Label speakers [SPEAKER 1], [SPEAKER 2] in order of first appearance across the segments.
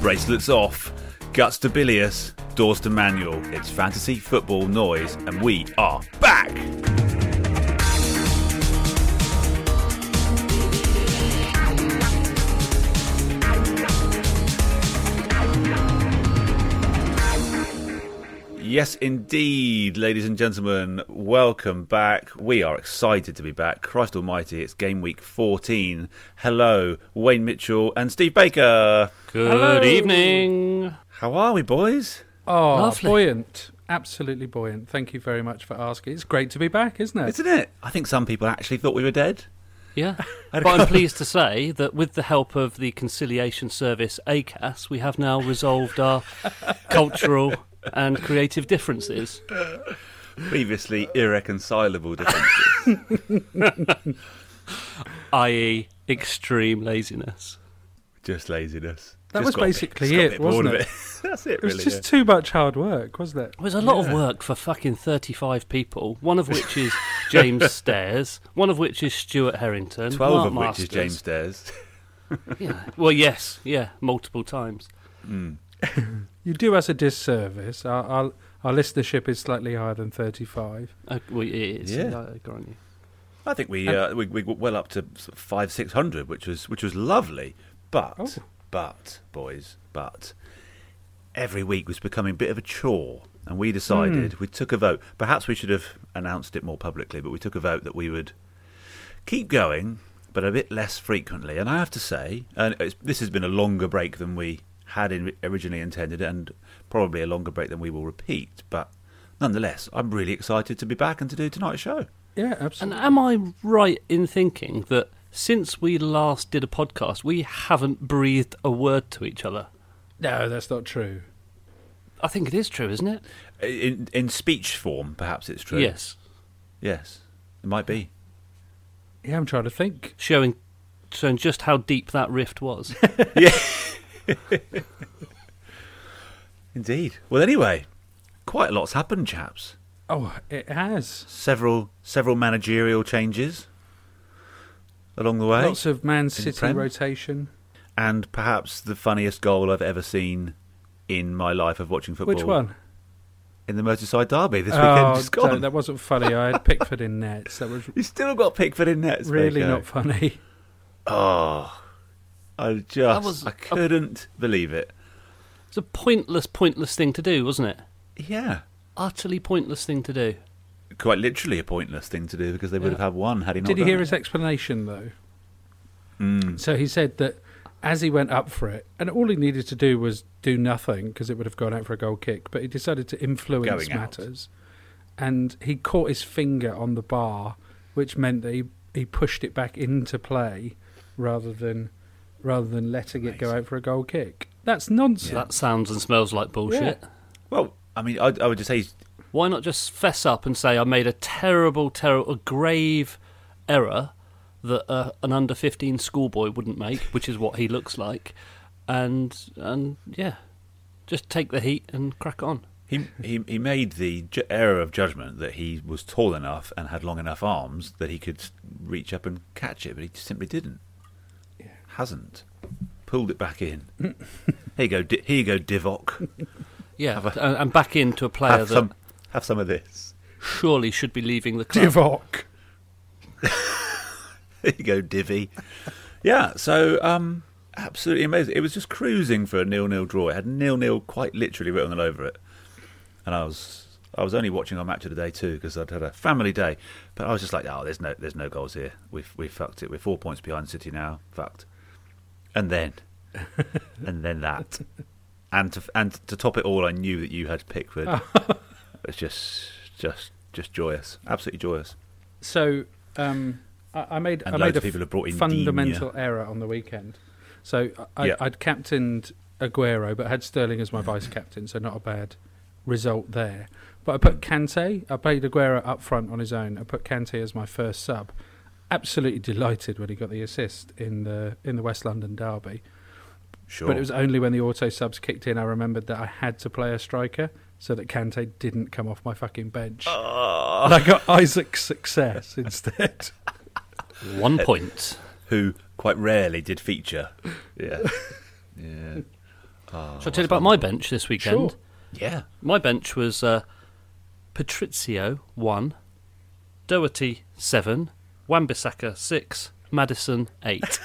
[SPEAKER 1] Bracelets off, guts to bilious, doors to manual. It's fantasy football noise, and we are back. Yes, indeed, ladies and gentlemen, welcome back. We are excited to be back. Christ Almighty, it's game week 14. Hello, Wayne Mitchell and Steve Baker.
[SPEAKER 2] Good evening.
[SPEAKER 1] How are we, boys?
[SPEAKER 3] Oh,
[SPEAKER 2] Lovely.
[SPEAKER 3] buoyant. Absolutely buoyant. Thank you very much for asking. It's great to be back, isn't it?
[SPEAKER 1] Isn't it? I think some people actually thought we were dead.
[SPEAKER 2] Yeah.
[SPEAKER 1] I'd
[SPEAKER 2] But I'm
[SPEAKER 1] go-
[SPEAKER 2] pleased to say that with the help of the conciliation service ACAS, we have now resolved our cultural and creative differences.
[SPEAKER 1] Previously irreconcilable differences.
[SPEAKER 2] i.e., extreme laziness.
[SPEAKER 1] just laziness.
[SPEAKER 3] That
[SPEAKER 1] Just
[SPEAKER 3] was
[SPEAKER 1] got a bit-
[SPEAKER 3] basically
[SPEAKER 1] just got a
[SPEAKER 3] it,
[SPEAKER 1] bit bored
[SPEAKER 3] wasn't
[SPEAKER 1] of
[SPEAKER 3] it?
[SPEAKER 1] That's it,
[SPEAKER 3] It was
[SPEAKER 1] really.
[SPEAKER 3] just
[SPEAKER 1] yeah.
[SPEAKER 3] too much hard work, wasn't it?
[SPEAKER 2] It was a lot of work for fucking 35 people, one of which is James Stairs, one of which is Stuart Harrington.
[SPEAKER 1] Twelve
[SPEAKER 2] Mark
[SPEAKER 1] of which is
[SPEAKER 2] Masters.
[SPEAKER 1] James Stairs.
[SPEAKER 2] Yeah. Well, yes, yeah, multiple times.
[SPEAKER 3] You do us a disservice. Our, our, our listenership is slightly higher than 35.
[SPEAKER 2] Uh, well, it is.
[SPEAKER 1] Yeah.
[SPEAKER 2] I agree on you.
[SPEAKER 1] I think we, uh, we we got well up to sort of five six hundred, which was which was lovely. But
[SPEAKER 3] Oh.
[SPEAKER 1] but boys, but every week was becoming a bit of a chore, and we decided we took a vote. Perhaps we should have announced it more publicly, but we took a vote that we would keep going, but a bit less frequently. And I have to say, and it's, this has been a longer break than we had in, originally intended, and probably a longer break than we will repeat. But nonetheless, I'm really excited to be back and to do tonight's show.
[SPEAKER 3] Yeah,
[SPEAKER 2] And
[SPEAKER 3] absolutely.
[SPEAKER 2] am I right in thinking that since we last did a podcast, we haven't breathed a word to each other?
[SPEAKER 1] uh,
[SPEAKER 3] No, that's not true.
[SPEAKER 2] I think it is true, isn't it?
[SPEAKER 1] in in speech form, perhaps it's true.
[SPEAKER 2] Yes.
[SPEAKER 1] yes, it might be.
[SPEAKER 3] Yeah, I'm trying to think.
[SPEAKER 2] Showing, showing just how deep that rift was.
[SPEAKER 1] Indeed. Well, anyway, quite a lot's happened, chaps.
[SPEAKER 3] Oh, it has.
[SPEAKER 1] Several several managerial changes along the way,
[SPEAKER 3] Lots of Man City
[SPEAKER 1] Prem?
[SPEAKER 3] rotation.
[SPEAKER 1] and perhaps the funniest goal I've ever seen in my life of watching football.
[SPEAKER 3] Which one?
[SPEAKER 1] In the Merseyside Derby this weekend.
[SPEAKER 3] Oh,
[SPEAKER 1] Just
[SPEAKER 3] don't-
[SPEAKER 1] gone.
[SPEAKER 3] that wasn't funny. I had Pickford in nets. That was
[SPEAKER 1] You still got Pickford in nets.
[SPEAKER 3] really
[SPEAKER 1] Baker.
[SPEAKER 3] not funny.
[SPEAKER 1] Oh, I just
[SPEAKER 2] was
[SPEAKER 1] I
[SPEAKER 2] a-
[SPEAKER 1] couldn't believe it.
[SPEAKER 2] It's a pointless, pointless thing to do, wasn't it?
[SPEAKER 1] Yeah.
[SPEAKER 2] Utterly pointless thing to do.
[SPEAKER 1] Quite literally a pointless thing to do because they would
[SPEAKER 2] Yeah.
[SPEAKER 1] have had one had he not.
[SPEAKER 3] Did you
[SPEAKER 1] done
[SPEAKER 3] hear
[SPEAKER 1] it.
[SPEAKER 3] his explanation though?
[SPEAKER 1] Mm.
[SPEAKER 3] So he said that as he went up for it, and all he needed to do was do nothing because it would have gone out for a goal kick, but he decided to influence
[SPEAKER 1] Going out.
[SPEAKER 3] matters, and he caught his finger on the bar, which meant that he, he pushed it back into play rather than rather than letting it go out for a goal kick. That's nonsense.
[SPEAKER 2] That sounds and smells like bullshit.
[SPEAKER 1] Well, I mean, I, I would just say he's-
[SPEAKER 2] Why not just fess up and say I made a terrible, terrible, a grave error that uh, an under fifteen schoolboy wouldn't make, which is what he looks like, and and yeah, just take the heat and crack on.
[SPEAKER 1] he he he made the ju- error of judgment that he was tall enough and had long enough arms that he could s- reach up and catch it, but he just simply didn't. Hasn't pulled it back in. here you go. Di- here you go, Divock.
[SPEAKER 2] Yeah,
[SPEAKER 1] Have a-
[SPEAKER 2] and, and back into a player
[SPEAKER 1] Have
[SPEAKER 2] that
[SPEAKER 1] some. Have some of this.
[SPEAKER 2] surely should be leaving the club.
[SPEAKER 3] Divock.
[SPEAKER 1] there you go, Divvy. Yeah, so um, absolutely amazing. It was just cruising for a nil-nil draw. It had nil-nil quite literally written all over it, and I was I was only watching on Match of the Day too because I'd had a family day, but I was just like, oh, there's no there's no goals here. We've we fucked it. We're four points behind City now. Fucked. And then, and then that, and to and to top it all, I knew that you had Pickford. it's just just just joyous, absolutely joyous.
[SPEAKER 3] So um, I, I made
[SPEAKER 1] And
[SPEAKER 3] I
[SPEAKER 1] loads
[SPEAKER 3] made a
[SPEAKER 1] of people have brought in
[SPEAKER 3] fundamental error on the weekend. So I,
[SPEAKER 1] Yeah.
[SPEAKER 3] I'd captained Aguero, but had Sterling as my vice captain, so not a bad result there. But I put Kante. I played Aguero up front on his own. I put Kante as my first sub. Absolutely delighted when he got the assist in the in the West London derby.
[SPEAKER 1] Sure,
[SPEAKER 3] But it was only when the auto subs kicked in I remembered that I had to play a striker so that Kante didn't come off my fucking bench. And I got Isaac's success instead.
[SPEAKER 2] One point.
[SPEAKER 1] who quite rarely did feature. Yeah, yeah,
[SPEAKER 2] Shall I tell you about my bench this weekend?
[SPEAKER 3] Sure.
[SPEAKER 1] yeah.
[SPEAKER 2] My bench was uh, Patrizio, 1, Doherty, 7, Wambisaka, 6, Madison, 8.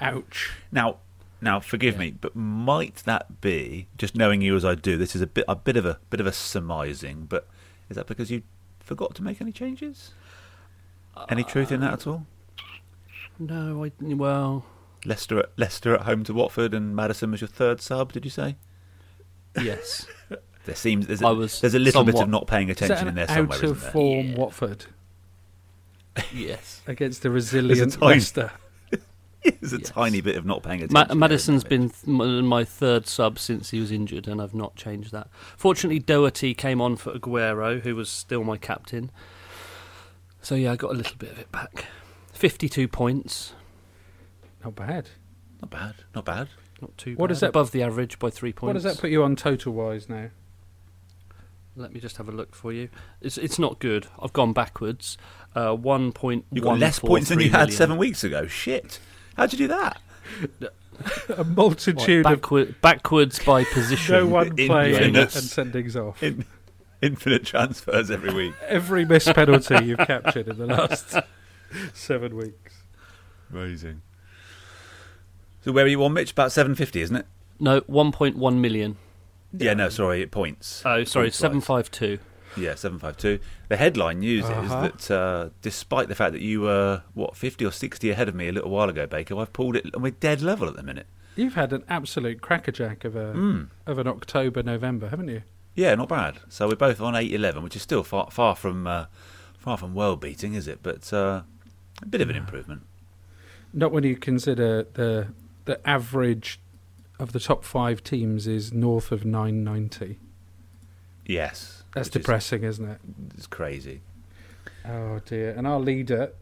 [SPEAKER 3] Ouch.
[SPEAKER 1] Now, now, forgive me, but might that be just knowing you as I do? This is a bit, a bit of a bit of a surmising, but is that because you forgot to make any changes? Any truth in that at all?
[SPEAKER 2] no, I, well,
[SPEAKER 1] Leicester, at, Leicester at home to Watford, and Madison was your third sub. Did you say?
[SPEAKER 2] yes.
[SPEAKER 1] There seems there's
[SPEAKER 2] I
[SPEAKER 1] a,
[SPEAKER 2] was
[SPEAKER 1] there's a little bit
[SPEAKER 2] somewhat-
[SPEAKER 1] of not paying
[SPEAKER 3] Is that
[SPEAKER 1] attention in
[SPEAKER 3] an
[SPEAKER 1] there
[SPEAKER 3] out
[SPEAKER 1] somewhere,
[SPEAKER 3] of
[SPEAKER 1] isn't there?
[SPEAKER 3] form Watford
[SPEAKER 2] yes.
[SPEAKER 3] against the resilient
[SPEAKER 1] time.
[SPEAKER 3] Leicester?
[SPEAKER 1] there's a tiny bit of not paying attention.
[SPEAKER 2] Ma-
[SPEAKER 1] there,
[SPEAKER 2] Madison's
[SPEAKER 1] isn't there?
[SPEAKER 2] been th- m- my third sub since he was injured, and I've not changed that. Fortunately, Doherty came on for Aguero, who was still my captain. So yeah, I got a little bit of it back. Fifty-two points,
[SPEAKER 3] Not bad.
[SPEAKER 1] not bad, not bad.
[SPEAKER 2] not too
[SPEAKER 3] What
[SPEAKER 2] bad.
[SPEAKER 3] does that-
[SPEAKER 2] above the average by three points?
[SPEAKER 3] What does that put you on total wise now?
[SPEAKER 2] Let me just have a look for you. It's it's not good. I've gone backwards. Uh, one point.
[SPEAKER 1] You got less points than you had seven weeks ago. Shit, how'd you do that?
[SPEAKER 3] A multitude of
[SPEAKER 2] Backward, backwards by position.
[SPEAKER 3] no one
[SPEAKER 1] in
[SPEAKER 3] playing and
[SPEAKER 1] fairness.
[SPEAKER 3] sendings off.
[SPEAKER 1] In, infinite transfers every week.
[SPEAKER 3] Every missed penalty you've captured in the last seven weeks.
[SPEAKER 1] Amazing. So where are you on, Mitch? About seven fifty, isn't it?
[SPEAKER 2] No, one point one million.
[SPEAKER 1] Yeah. no, sorry, it points.
[SPEAKER 3] Uh,
[SPEAKER 2] Oh, sorry,
[SPEAKER 1] Points-wise.
[SPEAKER 2] seven five two.
[SPEAKER 1] Yeah, seven five two. The headline news
[SPEAKER 3] Uh-huh.
[SPEAKER 1] is that uh, despite the fact that you were what fifty or sixty ahead of me a little while ago, Baker, I've pulled it, and we're dead level at the minute.
[SPEAKER 3] You've had an absolute crackerjack of a
[SPEAKER 1] Hmm.
[SPEAKER 3] of an October November, haven't you?
[SPEAKER 1] Yeah, not bad. So we're both on eight eleven, which is still far far from uh, far from world beating, is it? But uh, a bit of an improvement.
[SPEAKER 3] Not when you consider the the average of the top five teams is north of nine ninety.
[SPEAKER 1] Yes,
[SPEAKER 3] That's
[SPEAKER 1] which is-
[SPEAKER 3] depressing, is, isn't it?
[SPEAKER 1] It's crazy.
[SPEAKER 3] Oh dear! And our leader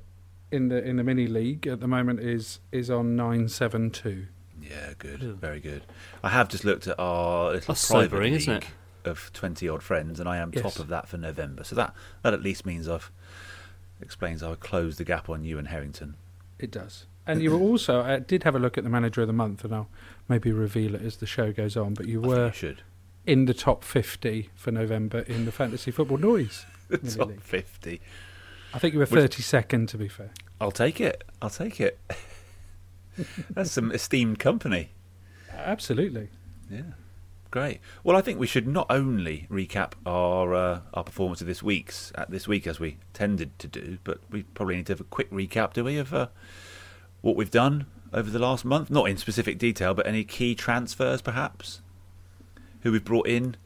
[SPEAKER 3] in the in the mini league at the moment is is on nine seven two.
[SPEAKER 1] Yeah, good. Very good. I have just looked at our little
[SPEAKER 2] That's
[SPEAKER 1] private
[SPEAKER 2] sobering,
[SPEAKER 1] league
[SPEAKER 2] isn't it?
[SPEAKER 1] of 20 odd friends, and I am
[SPEAKER 3] Yes.
[SPEAKER 1] top of that for November. So that, that at least means I've explains I've closed the gap on you and Harrington.
[SPEAKER 3] It does. And you were also I did have a look at the manager of the month, and I'll maybe reveal it as the show goes on. But you
[SPEAKER 1] I think
[SPEAKER 3] were
[SPEAKER 1] you should.
[SPEAKER 3] in the top fifty for November in the fantasy football noise. mini
[SPEAKER 1] Top
[SPEAKER 3] league.
[SPEAKER 1] 50.
[SPEAKER 3] I think you were
[SPEAKER 1] Which-
[SPEAKER 3] thirty second, to be fair.
[SPEAKER 1] I'll take it. I'll take it. That's some esteemed company.
[SPEAKER 3] Absolutely.
[SPEAKER 1] Yeah, great. Well, I think we should not only recap our uh, our performance of this week's at this week as we tended to do, but we probably need to have a quick recap, do we, of uh, what we've done over the last month? Not in specific detail, but any key transfers, perhaps, who we've brought in,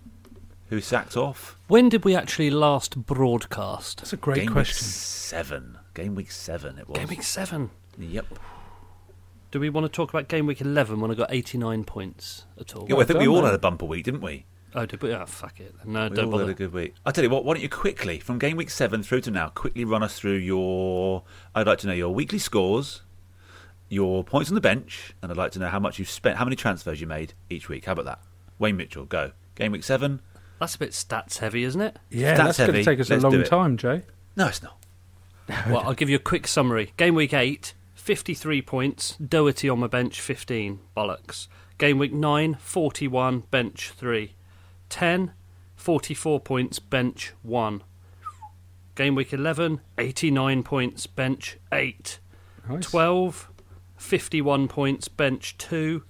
[SPEAKER 1] who sacked off.
[SPEAKER 2] When did we actually last broadcast?
[SPEAKER 3] That's a great
[SPEAKER 1] Game week
[SPEAKER 3] question.
[SPEAKER 1] seven. Game week seven. It was.
[SPEAKER 2] Game week seven.
[SPEAKER 1] Yep.
[SPEAKER 2] Do we want to talk about game week eleven when I got eighty nine points at all?
[SPEAKER 1] Yeah, well, I think we
[SPEAKER 3] done,
[SPEAKER 1] all
[SPEAKER 3] then.
[SPEAKER 1] had a bumper week, didn't we?
[SPEAKER 2] Oh, did we? Oh, fuck it. No,
[SPEAKER 1] We
[SPEAKER 2] don't
[SPEAKER 1] all
[SPEAKER 2] bother.
[SPEAKER 1] had a good week. I'll tell you what, why don't you quickly, from game week seven through to now, quickly run us through your. I'd like to know your weekly scores, your points on the bench, and I'd like to know how much you've spent, how many transfers you made each week. How about that? Wayne Mitchell, go. Game week seven.
[SPEAKER 2] That's a bit stats heavy, isn't it?
[SPEAKER 3] Yeah,
[SPEAKER 1] That's
[SPEAKER 3] that's, going
[SPEAKER 1] heavy.
[SPEAKER 3] to take us
[SPEAKER 1] Let's
[SPEAKER 3] a
[SPEAKER 1] do
[SPEAKER 3] long
[SPEAKER 1] it.
[SPEAKER 3] time, Jay.
[SPEAKER 1] No, it's not.
[SPEAKER 2] Well, I'll give you a quick summary. Game week 8, 53 points. Doherty on my bench, 15. Bollocks. Game week 9, 41. Bench, 3. 10, 44 points. Bench, 1. Game week 11, 89 points, bench 8.
[SPEAKER 3] Nice.
[SPEAKER 2] 12, 51 points, bench 2.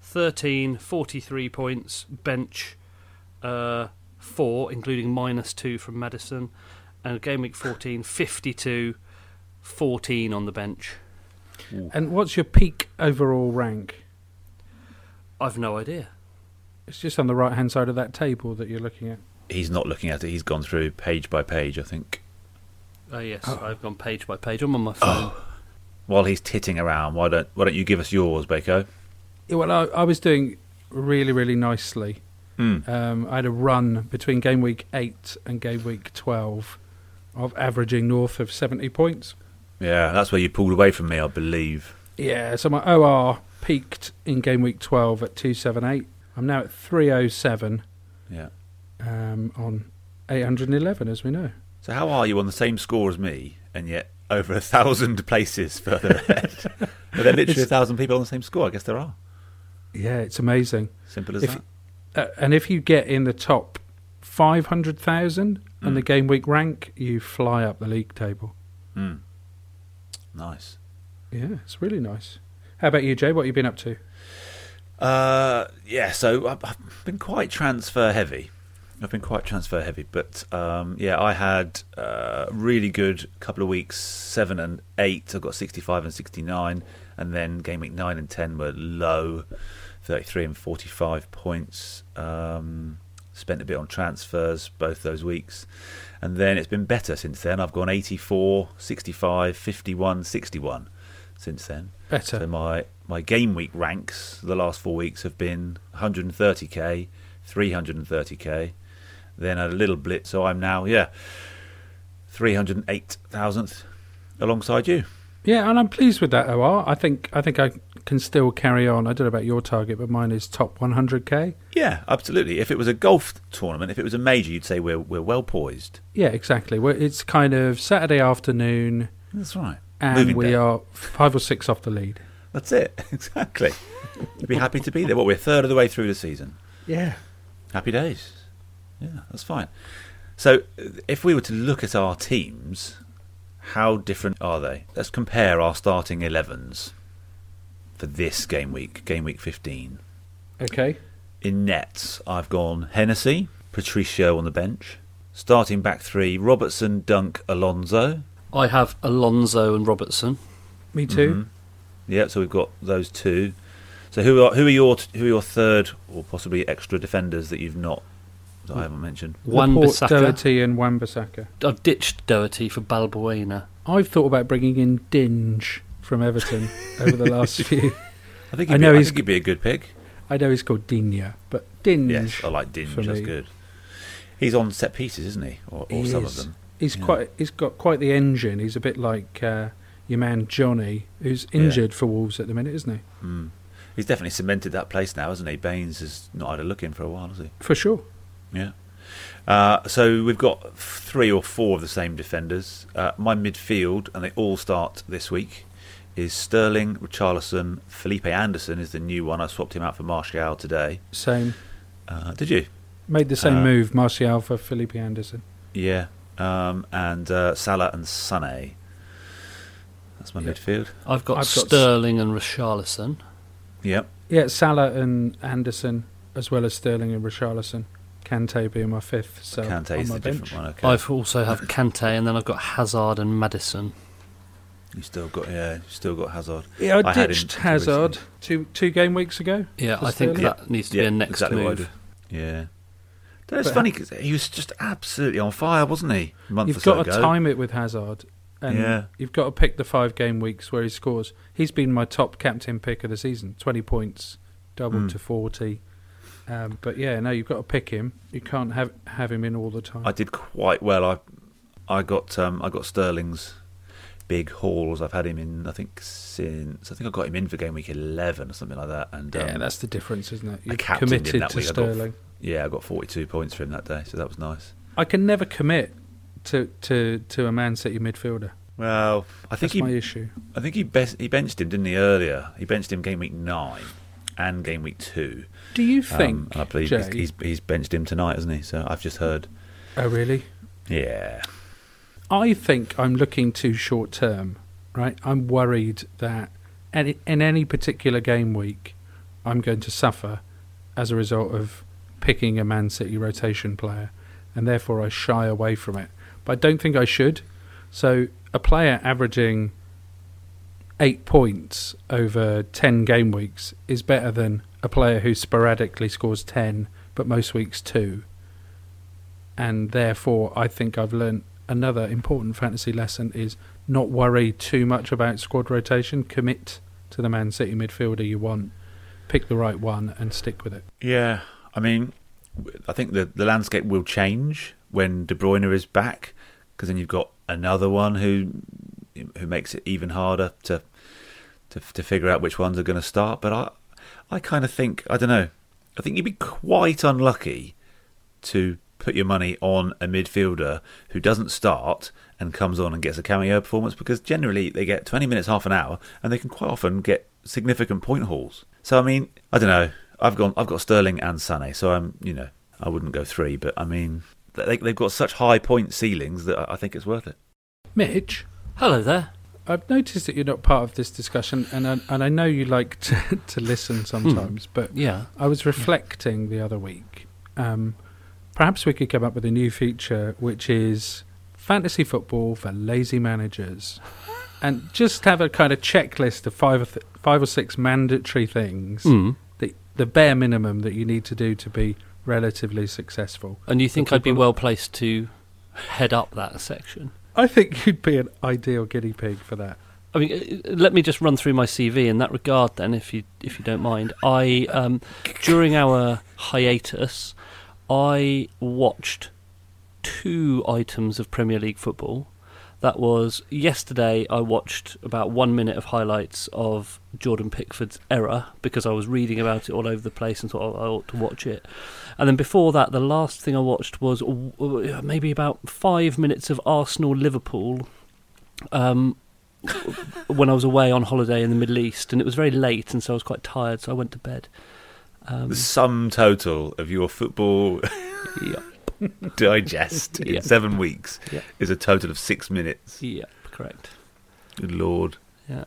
[SPEAKER 2] 13, 43 points, bench uh, 4, including minus 2 from Madison. And game week 14, 52, 14 on the bench.
[SPEAKER 3] And what's your peak overall rank?
[SPEAKER 2] I've no idea.
[SPEAKER 3] It's just on the right hand side of that table that you're looking at.
[SPEAKER 1] He's not looking at it. He's gone through page by page. I think
[SPEAKER 2] Oh, yes, I've gone page by page. I'm on my phone.
[SPEAKER 3] Oh.
[SPEAKER 1] while he's titting around, why don't why don't you give us yours, Bako?
[SPEAKER 3] Yeah, well, I, I was doing really, really nicely.
[SPEAKER 1] Mm.
[SPEAKER 3] Um, I had a run between game week 8 and game week 12 of averaging north of 70 points.
[SPEAKER 1] Yeah, that's where you pulled away from me, I believe.
[SPEAKER 3] Yeah, so my OR peaked in game week 12 at 278. I'm now at 307
[SPEAKER 1] Yeah.
[SPEAKER 3] um, on 811, as we know.
[SPEAKER 1] So how are you on the same score as me, and yet over a thousand places further ahead? are there literally a thousand people on the same score? I guess there are.
[SPEAKER 3] Yeah, it's amazing.
[SPEAKER 1] Simple as
[SPEAKER 3] If-
[SPEAKER 1] that.
[SPEAKER 3] Uh, and if you get in the top 500,000 on the game week rank, you fly up the league table.
[SPEAKER 1] Nice.
[SPEAKER 3] Yeah, it's really nice. How about you, Jay? What have you been up to?
[SPEAKER 1] Uh, yeah, so I've, I've been quite transfer heavy. I've been quite transfer heavy, but um, yeah, I had uh, really good couple of weeks, seven and eight. I got sixty-five and sixty-nine, and then game week nine and ten were low, thirty-three and forty-five points. Um, spent a bit on transfers both those weeks, and then it's been better since then. I've gone 84, 65, 51, 61 since then.
[SPEAKER 3] Better.
[SPEAKER 1] So my my game week ranks the last four weeks have been 130k, 330k, then a little blip. So I'm now yeah 308,000th alongside you.
[SPEAKER 3] Yeah, and I'm pleased with that OR. I think I think I can still carry on. I don't know about your target, but mine is top 100k.
[SPEAKER 1] Yeah, absolutely. If it was a golf tournament, if it was a major, you'd say we're we're well poised.
[SPEAKER 3] Yeah, exactly. Well, it's kind of Saturday afternoon,
[SPEAKER 1] That's right.
[SPEAKER 3] and
[SPEAKER 1] Moving
[SPEAKER 3] we
[SPEAKER 1] down.
[SPEAKER 3] are five or six off the lead.
[SPEAKER 1] That's it. Exactly. You'd be happy to be there. What we're a third of the way through the season.
[SPEAKER 3] Yeah.
[SPEAKER 1] Happy days. Yeah, that's fine. So, uh, if we were to look at our teams, how different are they? Let's compare our starting 11s for this game week, game week 15.
[SPEAKER 3] Okay.
[SPEAKER 1] In nets, I've gone Hennessy, Patricio on the bench. Starting back three, Robertson, Dunk, Alonso.
[SPEAKER 2] I have Alonso and Robertson.
[SPEAKER 3] Me too.
[SPEAKER 1] Yeah, so we've got those two. So who are who are your who are your third or possibly extra defenders that you've not that I haven't mentioned?
[SPEAKER 2] One
[SPEAKER 3] Laporte,
[SPEAKER 2] Bissaka.
[SPEAKER 3] Doherty, and Wan Bissaka.
[SPEAKER 2] I've ditched Doherty for Balbuena.
[SPEAKER 3] I've thought about bringing in Dinge from Everton over the last few.
[SPEAKER 1] I think
[SPEAKER 3] I
[SPEAKER 1] he'd be,
[SPEAKER 3] know
[SPEAKER 1] I
[SPEAKER 3] he's-
[SPEAKER 1] think he'd be a good pick.
[SPEAKER 3] I know he's called Dinya, but Dinge.
[SPEAKER 1] Yes, I like Dinge.
[SPEAKER 3] for
[SPEAKER 1] That's
[SPEAKER 3] me.
[SPEAKER 1] good. He's on set pieces, isn't he? Or, or
[SPEAKER 3] He
[SPEAKER 1] some
[SPEAKER 3] is.
[SPEAKER 1] of them.
[SPEAKER 3] He's
[SPEAKER 1] Yeah.
[SPEAKER 3] quite. He's got quite the engine. He's a bit like uh, your man Johnny, who's injured for Wolves at the minute, isn't he?
[SPEAKER 1] He's definitely cemented that place now, hasn't he? Baines has not had a look in for a while, has he?
[SPEAKER 3] For sure.
[SPEAKER 1] Yeah. Uh, so we've got f- three or four of the same defenders. Uh, my midfield, and they all start this week, is Sterling, Richarlison, Felipe Anderson is the new one. I swapped him out for Martial today.
[SPEAKER 3] Same.
[SPEAKER 1] Uh, did you?
[SPEAKER 3] Made the same
[SPEAKER 1] Uh,
[SPEAKER 3] move, Martial for Felipe Anderson.
[SPEAKER 1] Yeah. Um, and uh, Salah and Sané. That's my
[SPEAKER 3] Yeah.
[SPEAKER 1] midfield.
[SPEAKER 2] I've got
[SPEAKER 3] I've got s-
[SPEAKER 2] Sterling and Richarlison.
[SPEAKER 1] Yep.
[SPEAKER 3] Yeah, Salah and Anderson, as well as Sterling and Richarlison. Kante being my fifth. So
[SPEAKER 1] Kante is
[SPEAKER 3] on my
[SPEAKER 1] the
[SPEAKER 3] bench.
[SPEAKER 1] different one. Okay.
[SPEAKER 2] I've also have Kante, and then I've got Hazard and Madison.
[SPEAKER 1] You still got yeah, you still got Hazard.
[SPEAKER 3] Yeah, I,
[SPEAKER 1] I had him
[SPEAKER 3] ditched
[SPEAKER 1] until
[SPEAKER 3] Hazard
[SPEAKER 1] recently.
[SPEAKER 3] two two game weeks ago.
[SPEAKER 2] Yeah,
[SPEAKER 3] for
[SPEAKER 2] I think
[SPEAKER 3] Sterling.
[SPEAKER 2] that needs to be a next move.
[SPEAKER 1] Yeah. But it's
[SPEAKER 3] But- uh,
[SPEAKER 1] funny 'cause he was just absolutely on fire, wasn't he? A month or
[SPEAKER 3] You've
[SPEAKER 1] so
[SPEAKER 3] got to
[SPEAKER 1] ago.
[SPEAKER 3] time it with Hazard, and
[SPEAKER 1] Yeah.
[SPEAKER 3] you've got to pick the five game weeks where he scores. He's been my top captain pick of the season. Twenty points, double
[SPEAKER 1] Hmm.
[SPEAKER 3] to forty. Um, but yeah, no, you've got to pick him. You can't have have him in all the time.
[SPEAKER 1] I did quite well. I I got um, I got Sterling's big hauls. I've had him in I think since I think I got him in for game week eleven or something like that. And
[SPEAKER 3] yeah,
[SPEAKER 1] um,
[SPEAKER 3] that's the difference, isn't it?
[SPEAKER 1] I
[SPEAKER 3] You're
[SPEAKER 1] captained him
[SPEAKER 3] committed
[SPEAKER 1] that
[SPEAKER 3] to
[SPEAKER 1] week. I got-
[SPEAKER 3] Sterling.
[SPEAKER 1] yeah, I got forty two points for him that day, so that was nice.
[SPEAKER 3] I can never commit to to to a Man City midfielder.
[SPEAKER 1] Well, I think
[SPEAKER 3] That's
[SPEAKER 1] he Um,
[SPEAKER 3] my issue.
[SPEAKER 1] I think he best, he benched him, didn't he? Earlier, he benched him game week nine and game week two.
[SPEAKER 3] Do you
[SPEAKER 1] Um,
[SPEAKER 3] think?
[SPEAKER 1] and I believe
[SPEAKER 3] Jay,
[SPEAKER 1] he's, he's he's benched him tonight, hasn't he? So I've just heard.
[SPEAKER 3] oh really?
[SPEAKER 1] Yeah,
[SPEAKER 3] I think I'm looking too short term, right? I'm worried that any, in any particular game week, I'm going to suffer as a result of picking a Man City rotation player, and therefore I shy away from it. But I don't think I should. So a player averaging eight points over 10 game weeks is better than a player who sporadically scores 10, but most weeks two. And therefore, I think I've learnt another important fantasy lesson is not worry too much about squad rotation. Commit to the Man City midfielder you want, pick the right one, and stick with it.
[SPEAKER 1] Yeah, I mean, w- I think the the landscape will change when De Bruyne is back, because then you've got another one who who makes it even harder to to to figure out which ones are going to start. But I I kind of think I don't know. I think you'd be quite unlucky to put your money on a midfielder who doesn't start and comes on and gets a cameo performance because generally they get 20 minutes, half an hour, and they can quite often get significant point hauls. So I mean, I don't know. I've gone. I've got Sterling and Sané, so I'm. You know, I wouldn't go three, but I mean, they, they've got such high point ceilings that I I think it's worth it.
[SPEAKER 3] Mitch,
[SPEAKER 2] Hello there.
[SPEAKER 3] I've noticed that you're not part of this discussion, and I, and I know you like to, to listen sometimes, but
[SPEAKER 2] Yeah.
[SPEAKER 3] I was reflecting the other week. Um, perhaps we could come up with a new feature, which is fantasy football for lazy managers, and just have a kind of checklist of five or th- five or six mandatory things,
[SPEAKER 2] Mm.
[SPEAKER 3] the the bare minimum that you need to do to be relatively successful.
[SPEAKER 2] And you think
[SPEAKER 3] But
[SPEAKER 2] I'd be
[SPEAKER 3] people-
[SPEAKER 2] well placed to head up that section?
[SPEAKER 3] I think you'd be an ideal guinea pig for that.
[SPEAKER 2] I mean, uh, let me just run through my CV in that regard, then, if you if you don't mind. I um, during our hiatus, I watched two items of Premier League football. That was yesterday. I watched about one minute of highlights of Jordan Pickford's error because I was reading about it all over the place and thought "Oh, I I ought to watch it. And then before that, the last thing I watched was w- w- maybe about five minutes of Arsenal Liverpool um, when I was away on holiday in the Middle East, and it was very late, and so I was quite tired, so I went to bed. Um,
[SPEAKER 1] the sum total of your football
[SPEAKER 2] Yep,
[SPEAKER 1] digest in
[SPEAKER 2] Yep.
[SPEAKER 1] seven weeks
[SPEAKER 2] Yep.
[SPEAKER 1] is a total of six minutes.
[SPEAKER 2] yep, correct.
[SPEAKER 1] Good lord.
[SPEAKER 2] Yeah,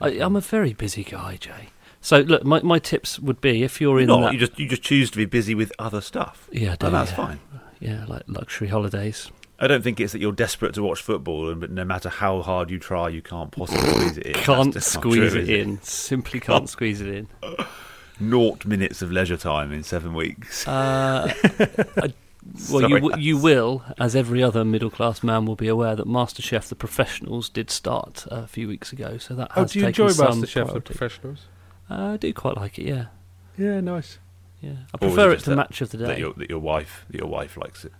[SPEAKER 2] I, I'm a very busy guy, Jay. So look, my, my tips would be if you're in
[SPEAKER 1] No,
[SPEAKER 2] that,
[SPEAKER 1] you just you just choose to be busy with other stuff.
[SPEAKER 2] Yeah, I do,
[SPEAKER 1] and that's
[SPEAKER 2] yeah.
[SPEAKER 1] fine.
[SPEAKER 2] yeah, like luxury holidays.
[SPEAKER 1] I don't think it's that you're desperate to watch football, and but no matter how hard you try, you can't possibly squeeze it in. That's
[SPEAKER 2] Can't
[SPEAKER 1] just not
[SPEAKER 2] squeeze
[SPEAKER 1] true, is
[SPEAKER 2] it
[SPEAKER 1] Oh.
[SPEAKER 2] in. Simply can't squeeze it in.
[SPEAKER 1] Naught minutes of leisure time in seven weeks.
[SPEAKER 2] Uh, I- well,
[SPEAKER 1] Sorry,
[SPEAKER 2] you w-
[SPEAKER 1] that's-
[SPEAKER 2] you will, as every other middle class man will be aware, that MasterChef the Professionals did start a few weeks ago. So that
[SPEAKER 3] Oh,
[SPEAKER 2] has
[SPEAKER 3] do you
[SPEAKER 2] taken
[SPEAKER 3] enjoy
[SPEAKER 2] some
[SPEAKER 3] MasterChef the
[SPEAKER 2] priority.
[SPEAKER 3] Professionals?
[SPEAKER 2] Uh, I do quite like it. Yeah,
[SPEAKER 3] Yeah, nice.
[SPEAKER 2] yeah. I
[SPEAKER 1] Or is
[SPEAKER 2] prefer it
[SPEAKER 1] just
[SPEAKER 2] to
[SPEAKER 1] that-
[SPEAKER 2] Match of the
[SPEAKER 1] That
[SPEAKER 2] Day.
[SPEAKER 1] your, that your wife, that your wife likes it.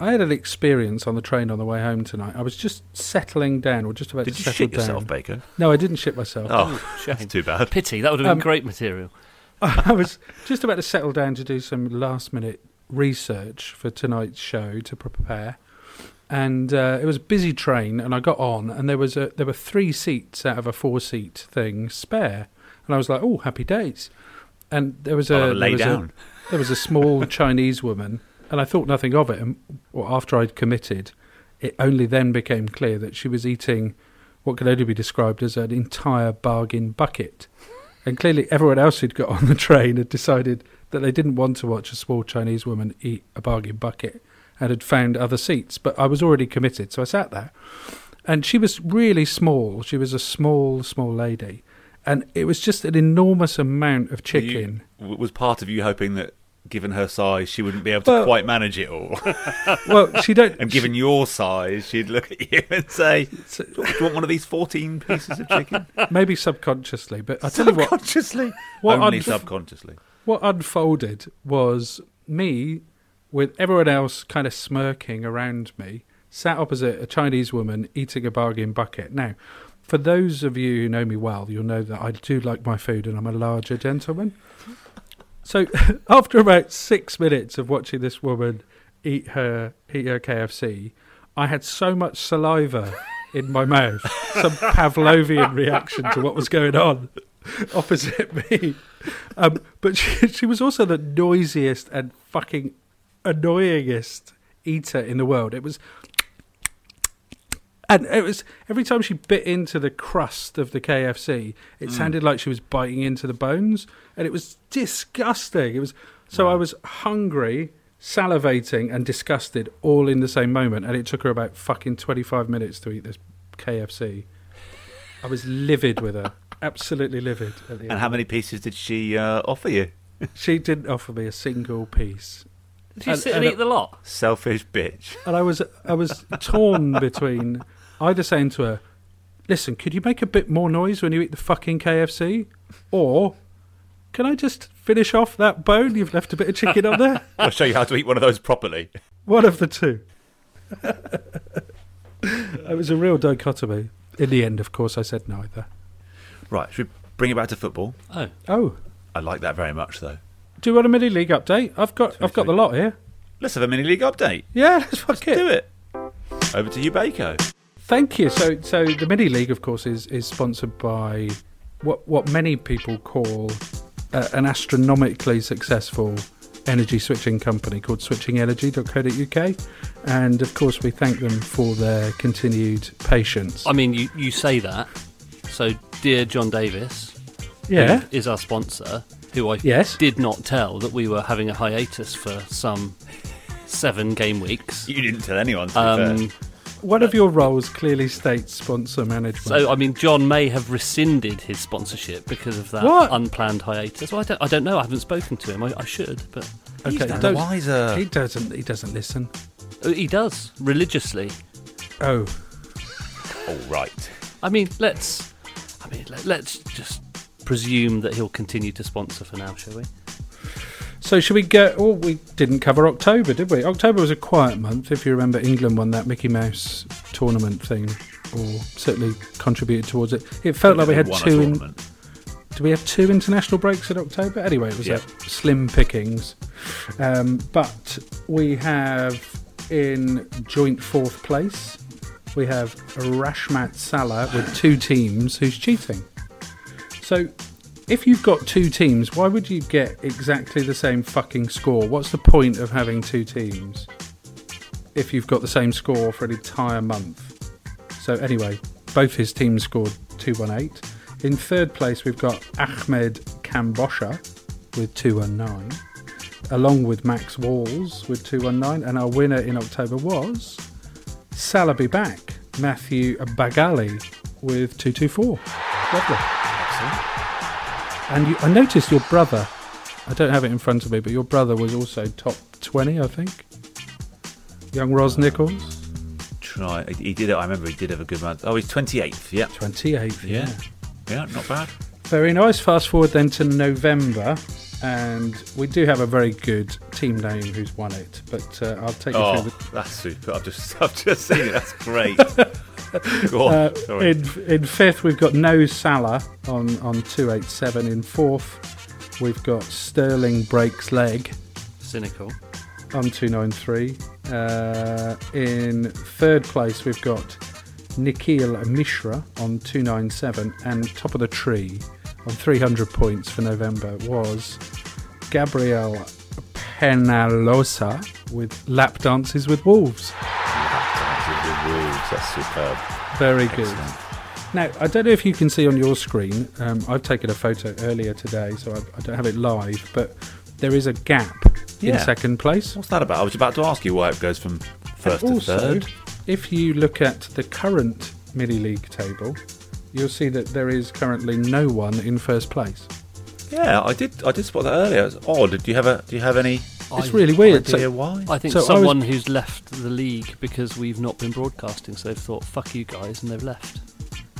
[SPEAKER 3] I had an experience on the train on the way home tonight. I was just settling down, or just about
[SPEAKER 1] Did
[SPEAKER 3] to
[SPEAKER 1] you
[SPEAKER 3] settle
[SPEAKER 1] shit yourself,
[SPEAKER 3] down.
[SPEAKER 1] Baker?
[SPEAKER 3] No, I didn't shit myself.
[SPEAKER 1] Oh, that's
[SPEAKER 2] shame.
[SPEAKER 1] too bad.
[SPEAKER 2] Pity. That would have been
[SPEAKER 3] Um,
[SPEAKER 2] great material.
[SPEAKER 3] I was just about to settle down to do some last minute research for tonight's show to prepare. And uh, it was a busy train, and I got on, and there was a, there were three seats out of a four seat thing spare, and I was like, "Oh, happy days!" And there was a
[SPEAKER 1] I'll have a Oh, lay
[SPEAKER 3] there was a-
[SPEAKER 1] down.
[SPEAKER 3] there was a small Chinese woman, and I thought nothing of it. And well, after I'd committed, it only then became clear that she was eating what could only be described as an entire bargain bucket. And clearly, everyone else who'd got on the train had decided that they didn't want to watch a small Chinese woman eat a bargain bucket and had found other seats. But I was already committed, so I sat there. And she was really small. She was a small, small lady. And it was just an enormous amount of
[SPEAKER 1] Were
[SPEAKER 3] chicken.
[SPEAKER 1] you- w- was part of you hoping that, given her size, she wouldn't be able to
[SPEAKER 3] Well-
[SPEAKER 1] quite manage it all?
[SPEAKER 3] Well, she don't.
[SPEAKER 1] and given your size, she'd look at you and say, "Do you want one of these fourteen pieces of chicken?"
[SPEAKER 3] maybe subconsciously, but I tell you what,
[SPEAKER 1] subconsciously,
[SPEAKER 3] What
[SPEAKER 1] only
[SPEAKER 3] on-
[SPEAKER 1] subconsciously.
[SPEAKER 3] what unfolded was me with everyone else kind of smirking around me, sat opposite a Chinese woman eating a bargain bucket. Now, for those of you who know me well, you'll know that I do like my food and I'm a larger gentleman. So after about six minutes of watching this woman eat her eat her KFC, I had so much saliva in my mouth, some Pavlovian reaction to what was going on opposite me. Um, but she, she was also the noisiest and fucking annoyingest eater in the world. It was, and it was every time she bit into the crust of the KFC, it sounded like she was biting into the bones, and it was disgusting. It was so I was hungry, salivating, and disgusted all in the same moment, and it took her about fucking twenty five minutes to eat this KFC. I was livid with her, absolutely livid. At the
[SPEAKER 1] And
[SPEAKER 3] end.
[SPEAKER 1] how many pieces did she uh, offer you?
[SPEAKER 3] She didn't offer me a single piece.
[SPEAKER 2] Did you
[SPEAKER 3] And-
[SPEAKER 2] sit and,
[SPEAKER 3] and-
[SPEAKER 2] eat the lot?
[SPEAKER 1] Selfish bitch.
[SPEAKER 3] and I was I was torn between either saying to her, "Listen, could you make a bit more noise when you eat the fucking KFC?" or "Can I just finish off that bone you've left a bit of chicken on there?"
[SPEAKER 1] I'll show you how to eat one of those properly.
[SPEAKER 3] One of the two. it was a real dichotomy. In the end, of course, I said neither.
[SPEAKER 1] Right, should we bring it back to football?
[SPEAKER 2] Oh,
[SPEAKER 3] Oh,
[SPEAKER 1] I like that very much, though.
[SPEAKER 3] do you want a mini league update? I've got I've got the lot here.
[SPEAKER 1] Let's have a mini league update.
[SPEAKER 3] Yeah, let's fuck it.
[SPEAKER 1] Do it. Over to you, Baco.
[SPEAKER 3] Thank you. So, so the mini league, of course, is is sponsored by what what many people call uh, an astronomically successful energy switching company called switchingenergy.co.uk, and of course, we thank them for their continued patience.
[SPEAKER 2] I mean, you, you say that. So, dear John Davis
[SPEAKER 3] yeah,
[SPEAKER 2] is our sponsor, who I
[SPEAKER 3] Yes.
[SPEAKER 2] did not tell that we were having a hiatus for some seven game weeks.
[SPEAKER 1] You didn't tell anyone, to be fair.
[SPEAKER 2] Um,
[SPEAKER 3] one of your roles clearly states sponsor management.
[SPEAKER 2] so, I mean, John may have rescinded his sponsorship because of that
[SPEAKER 3] What?
[SPEAKER 2] unplanned hiatus. Well, I don't, I don't know. I haven't spoken to him. I, I should, but
[SPEAKER 1] He's none the
[SPEAKER 3] don't-
[SPEAKER 2] uh,
[SPEAKER 1] wiser.
[SPEAKER 3] He doesn't. He doesn't listen.
[SPEAKER 2] Oh, he does religiously.
[SPEAKER 3] Oh,
[SPEAKER 1] All right.
[SPEAKER 2] I mean, let's. I mean, let, let's just presume that he'll continue to sponsor for now, shall we?
[SPEAKER 3] So should we go? Oh, we didn't cover October, did we? October was a quiet month. If you remember, England won that Mickey Mouse tournament thing, or certainly contributed towards it. It felt like we had
[SPEAKER 1] Won a
[SPEAKER 3] two. In,
[SPEAKER 1] tournament.
[SPEAKER 3] do we have two international breaks in October? Anyway, it was
[SPEAKER 1] Yeah.
[SPEAKER 3] uh, slim pickings. Um, but we have in joint fourth place. We have Rashmat Salah with two teams who's cheating. So, if you've got two teams, why would you get exactly the same fucking score? What's the point of having two teams if you've got the same score for an entire month? So, anyway, both his teams scored 218. In third place, we've got Ahmed Kambosha with 219, along with Max Walls with 219. And our winner in October was Salaby Back, Matthew Bagali with 224. Lovely. And you, I noticed your brother. I don't have it in front of me, but your brother was also top twenty, I think. Young Ros Nichols,
[SPEAKER 1] Try. He did it. I remember he did have a good month. Oh, he's 28th. Yeah.
[SPEAKER 3] twenty eighth.
[SPEAKER 1] Yeah. Yeah, not bad.
[SPEAKER 3] Very nice. Fast forward then to November, and we do have a very good team name who's won it. But uh, I'll take you
[SPEAKER 1] Oh,
[SPEAKER 3] through.
[SPEAKER 1] that's super. I've just, I've just seen it. That's great. Go on.
[SPEAKER 3] The, uh,
[SPEAKER 1] Sorry.
[SPEAKER 3] in in fifth, we've got No Salah on on two eight seven. In fourth, we've got Sterling breaks leg.
[SPEAKER 2] Cynical.
[SPEAKER 3] on 293. Uh, in third place, we've got Nikhil Mishra on 297. And top of the tree on 300 points for November was Gabriel Penalosa with Lap Dances with Wolves.
[SPEAKER 1] That's superb.
[SPEAKER 3] Very good. Now, I don't know if you can see on your screen. Um, I've taken a photo earlier today, so I, I don't have it live, but there is a gap in
[SPEAKER 1] Yeah.
[SPEAKER 3] second place.
[SPEAKER 1] What's that about? I was about to ask you why it goes from first
[SPEAKER 3] And
[SPEAKER 1] to
[SPEAKER 3] also,
[SPEAKER 1] third.
[SPEAKER 3] If you look at the current mini league table, you'll see that there is currently no one in first place.
[SPEAKER 1] Yeah, I did. I did spot that earlier. It's odd. Do you have a? Do you have any
[SPEAKER 3] It's really weird.
[SPEAKER 1] idea
[SPEAKER 3] So,
[SPEAKER 1] why?
[SPEAKER 2] I think
[SPEAKER 3] So I was-
[SPEAKER 2] someone who's left the league because we've not been broadcasting, so they've thought, "Fuck you guys," and they've left.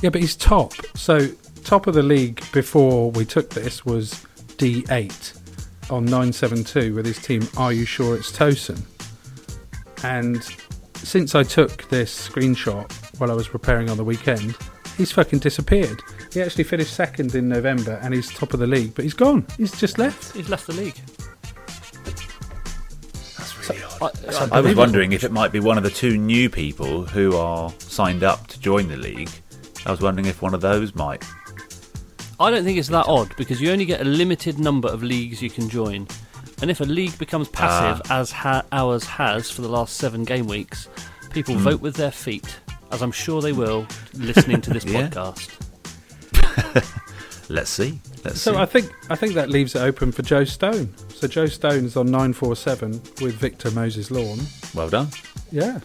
[SPEAKER 3] yeah, but he's top. So top of the league before we took this was D8 on 972 with his team. Are you sure it's Tosin? And since I took this screenshot while I was preparing on the weekend, he's fucking disappeared. He actually finished second in November and he's top of the league, but he's gone. He's just left.
[SPEAKER 2] He's left the league.
[SPEAKER 1] That's really odd.
[SPEAKER 2] I, I-
[SPEAKER 1] I was wondering if it might be one of the two new people who are signed up to join the league. I was wondering if one of those might.
[SPEAKER 2] I don't think it's that odd because you only get a limited number of leagues you can join, And if a league becomes passive,
[SPEAKER 1] Ah.
[SPEAKER 2] as ha- ours has for the last seven game weeks, people
[SPEAKER 1] Hmm.
[SPEAKER 2] vote with their feet, as I'm sure they will, listening to this
[SPEAKER 1] Yeah.
[SPEAKER 2] podcast.
[SPEAKER 1] Let's see. Let's
[SPEAKER 3] So
[SPEAKER 1] see.
[SPEAKER 3] I think I think that leaves it open for Joe Stone. So Joe Stone is on nine four seven with Victor Moses Lawn.
[SPEAKER 1] well done.
[SPEAKER 3] Yeah,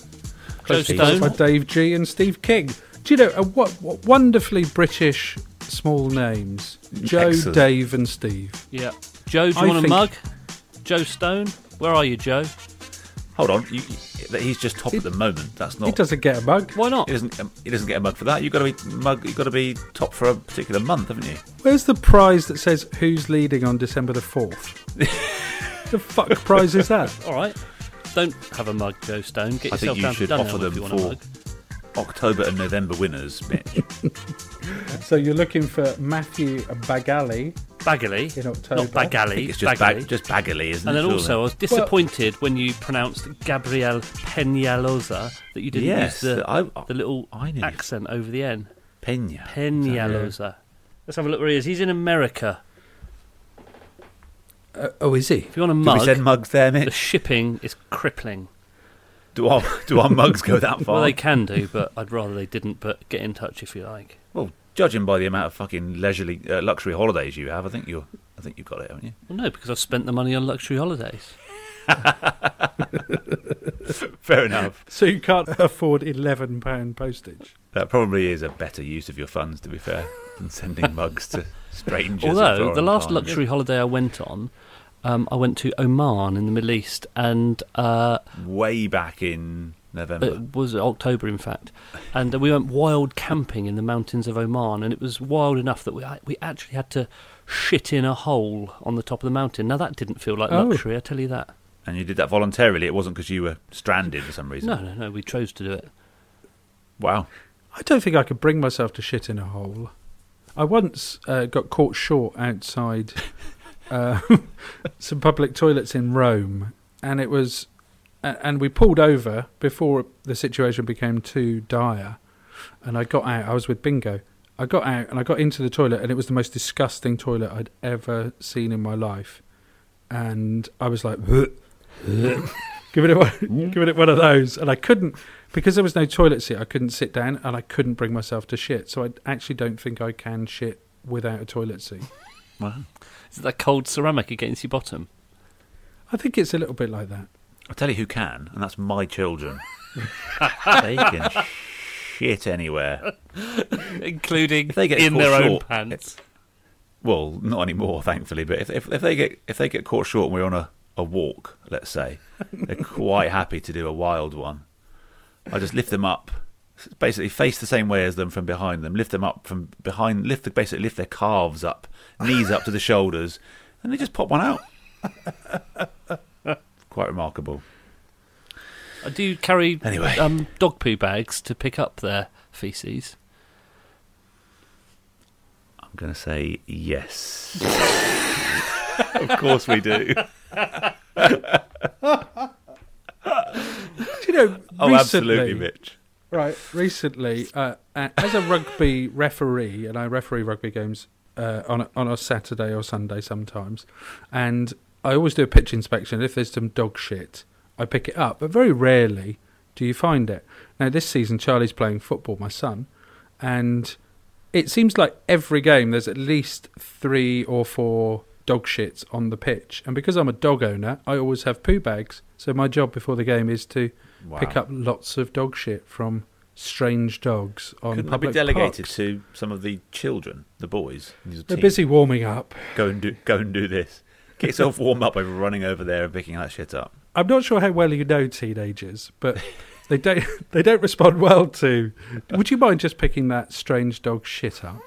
[SPEAKER 2] Joe
[SPEAKER 1] Close
[SPEAKER 3] by
[SPEAKER 2] Stone,
[SPEAKER 3] Dave G and Steve King. Do you know uh, what, what wonderfully British small names? Joe,
[SPEAKER 1] Excellent.
[SPEAKER 3] Dave, and Steve.
[SPEAKER 2] yeah. Joe, do you
[SPEAKER 3] I
[SPEAKER 2] want a
[SPEAKER 3] think-
[SPEAKER 2] mug? Joe Stone, where are you, Joe?
[SPEAKER 1] Hold on. You, you- he's just top at the moment. That's not.
[SPEAKER 3] He doesn't get a mug.
[SPEAKER 2] Why not?
[SPEAKER 1] He doesn't. um, He doesn't get a mug for that. You've got to be mug. You've got to be top for a particular month, haven't you?
[SPEAKER 3] Where's the prize that says who's leading on December the fourth? the fuck prize is that?
[SPEAKER 2] All right. Don't have a mug, Joe Stone. Get
[SPEAKER 1] I think
[SPEAKER 2] yourself
[SPEAKER 1] you
[SPEAKER 2] down
[SPEAKER 1] should
[SPEAKER 2] to Dunelm
[SPEAKER 1] offer
[SPEAKER 2] if
[SPEAKER 1] them
[SPEAKER 2] you want a
[SPEAKER 1] for
[SPEAKER 2] mug.
[SPEAKER 1] October and November winners, Mitch.
[SPEAKER 3] So you're looking for Matthew Bagali.
[SPEAKER 2] Bagley,
[SPEAKER 3] In October.
[SPEAKER 2] not
[SPEAKER 1] I
[SPEAKER 2] Bagali.
[SPEAKER 1] think it's just
[SPEAKER 2] Bagley.
[SPEAKER 1] bag, just Bagley, isn't
[SPEAKER 2] and
[SPEAKER 1] it?
[SPEAKER 2] then also, I
[SPEAKER 1] surely?
[SPEAKER 2] was disappointed when you pronounced Gabriel Peñalosa that you didn't
[SPEAKER 1] Yes,
[SPEAKER 2] use the,
[SPEAKER 1] I-
[SPEAKER 2] the little
[SPEAKER 1] I nearly-
[SPEAKER 2] accent over the N.
[SPEAKER 1] Pena.
[SPEAKER 2] Peñalosa. Let's have a look where he is. He's in America.
[SPEAKER 3] oh, is he?
[SPEAKER 2] If you want a
[SPEAKER 1] Did we
[SPEAKER 2] mug,
[SPEAKER 1] send mugs there,
[SPEAKER 2] the
[SPEAKER 1] Mitch?
[SPEAKER 2] shipping is crippling.
[SPEAKER 1] Do our do our mugs go that far?
[SPEAKER 2] Well, they can do, but I'd rather they didn't. But get in touch if you like.
[SPEAKER 1] Well, judging by the amount of fucking leisurely uh, luxury holidays you have, I think you're. I think you've got it, haven't you?
[SPEAKER 2] Well, no, because I've spent the money on luxury holidays.
[SPEAKER 1] Fair enough.
[SPEAKER 3] So you can't afford eleven pound postage.
[SPEAKER 1] That probably is a better use of your funds, to be fair, than sending mugs to strangers. at
[SPEAKER 2] Although
[SPEAKER 1] foreign
[SPEAKER 2] the last
[SPEAKER 1] times.
[SPEAKER 2] luxury holiday I went on, um, I went to Oman in the Middle East, and uh,
[SPEAKER 1] way back in November.
[SPEAKER 2] it was October, in fact. And we went wild camping in the mountains of Oman, and it was wild enough that we we actually had to shit in a hole on the top of the mountain. Now that didn't feel like
[SPEAKER 3] Oh.
[SPEAKER 2] luxury, I tell you that.
[SPEAKER 1] and you did that voluntarily. It wasn't because you were stranded for some reason.
[SPEAKER 2] No, no, no. We chose to do it.
[SPEAKER 1] Wow.
[SPEAKER 3] I don't think I could bring myself to shit in a hole. I once uh, got caught short outside uh, some public toilets in Rome, and it was, a- and we pulled over before the situation became too dire. And I got out. I was with Bingo. I got out and I got into the toilet, and it was the most disgusting toilet I'd ever seen in my life. And I was like, giving it one, giving it one of those, and I couldn't because there was no toilet seat. I couldn't sit down, and I couldn't bring myself to shit. So I actually don't think I can shit without a toilet seat.
[SPEAKER 1] Wow.
[SPEAKER 2] Is it that cold ceramic against your bottom?
[SPEAKER 3] I think it's a little bit like that.
[SPEAKER 1] I'll tell you who can, and that's my children. they can shit anywhere.
[SPEAKER 2] including
[SPEAKER 1] If they get
[SPEAKER 2] in
[SPEAKER 1] caught
[SPEAKER 2] their own
[SPEAKER 1] short,
[SPEAKER 2] pants.
[SPEAKER 1] Well, not anymore, thankfully. But if, if, if they get if they get caught short and we're on a, a walk, let's say, they're quite happy to do a wild one. I just lift them up, basically face the same way as them from behind them. Lift them up from behind. Lift the, basically lift their calves up, knees up to the shoulders, and they just pop one out. quite remarkable.
[SPEAKER 2] Uh, Do you carry
[SPEAKER 1] Anyway.
[SPEAKER 2] um, dog poo bags to pick up their feces?
[SPEAKER 1] I'm going to say yes. of course we do.
[SPEAKER 3] Do you know?
[SPEAKER 1] Oh, absolutely,
[SPEAKER 3] recently-
[SPEAKER 1] Mitch.
[SPEAKER 3] Right, recently, uh, a- as a rugby referee, and I referee rugby games uh, on a, on a Saturday or Sunday sometimes, and I always do a pitch inspection. If there's some dog shit, I pick it up, but very rarely do you find it. Now this season, Charlie's playing football, my son, and it seems like every game there's at least three or four dog shits on the pitch. And because I'm a dog owner, I always have poo bags. So my job before the game is to pick
[SPEAKER 1] Wow.
[SPEAKER 3] up lots of dog shit from strange dogs on
[SPEAKER 1] Couldn't that
[SPEAKER 3] public
[SPEAKER 1] be delegated
[SPEAKER 3] parks.
[SPEAKER 1] to some of the children, the boys? in your
[SPEAKER 3] They're
[SPEAKER 1] team?
[SPEAKER 3] busy warming up.
[SPEAKER 1] Go and do, go and do this. Get yourself warm up by running over there and picking that shit up.
[SPEAKER 3] I'm not sure how well you know teenagers, but they don't they don't respond well to. Would you mind just picking that strange dog shit up?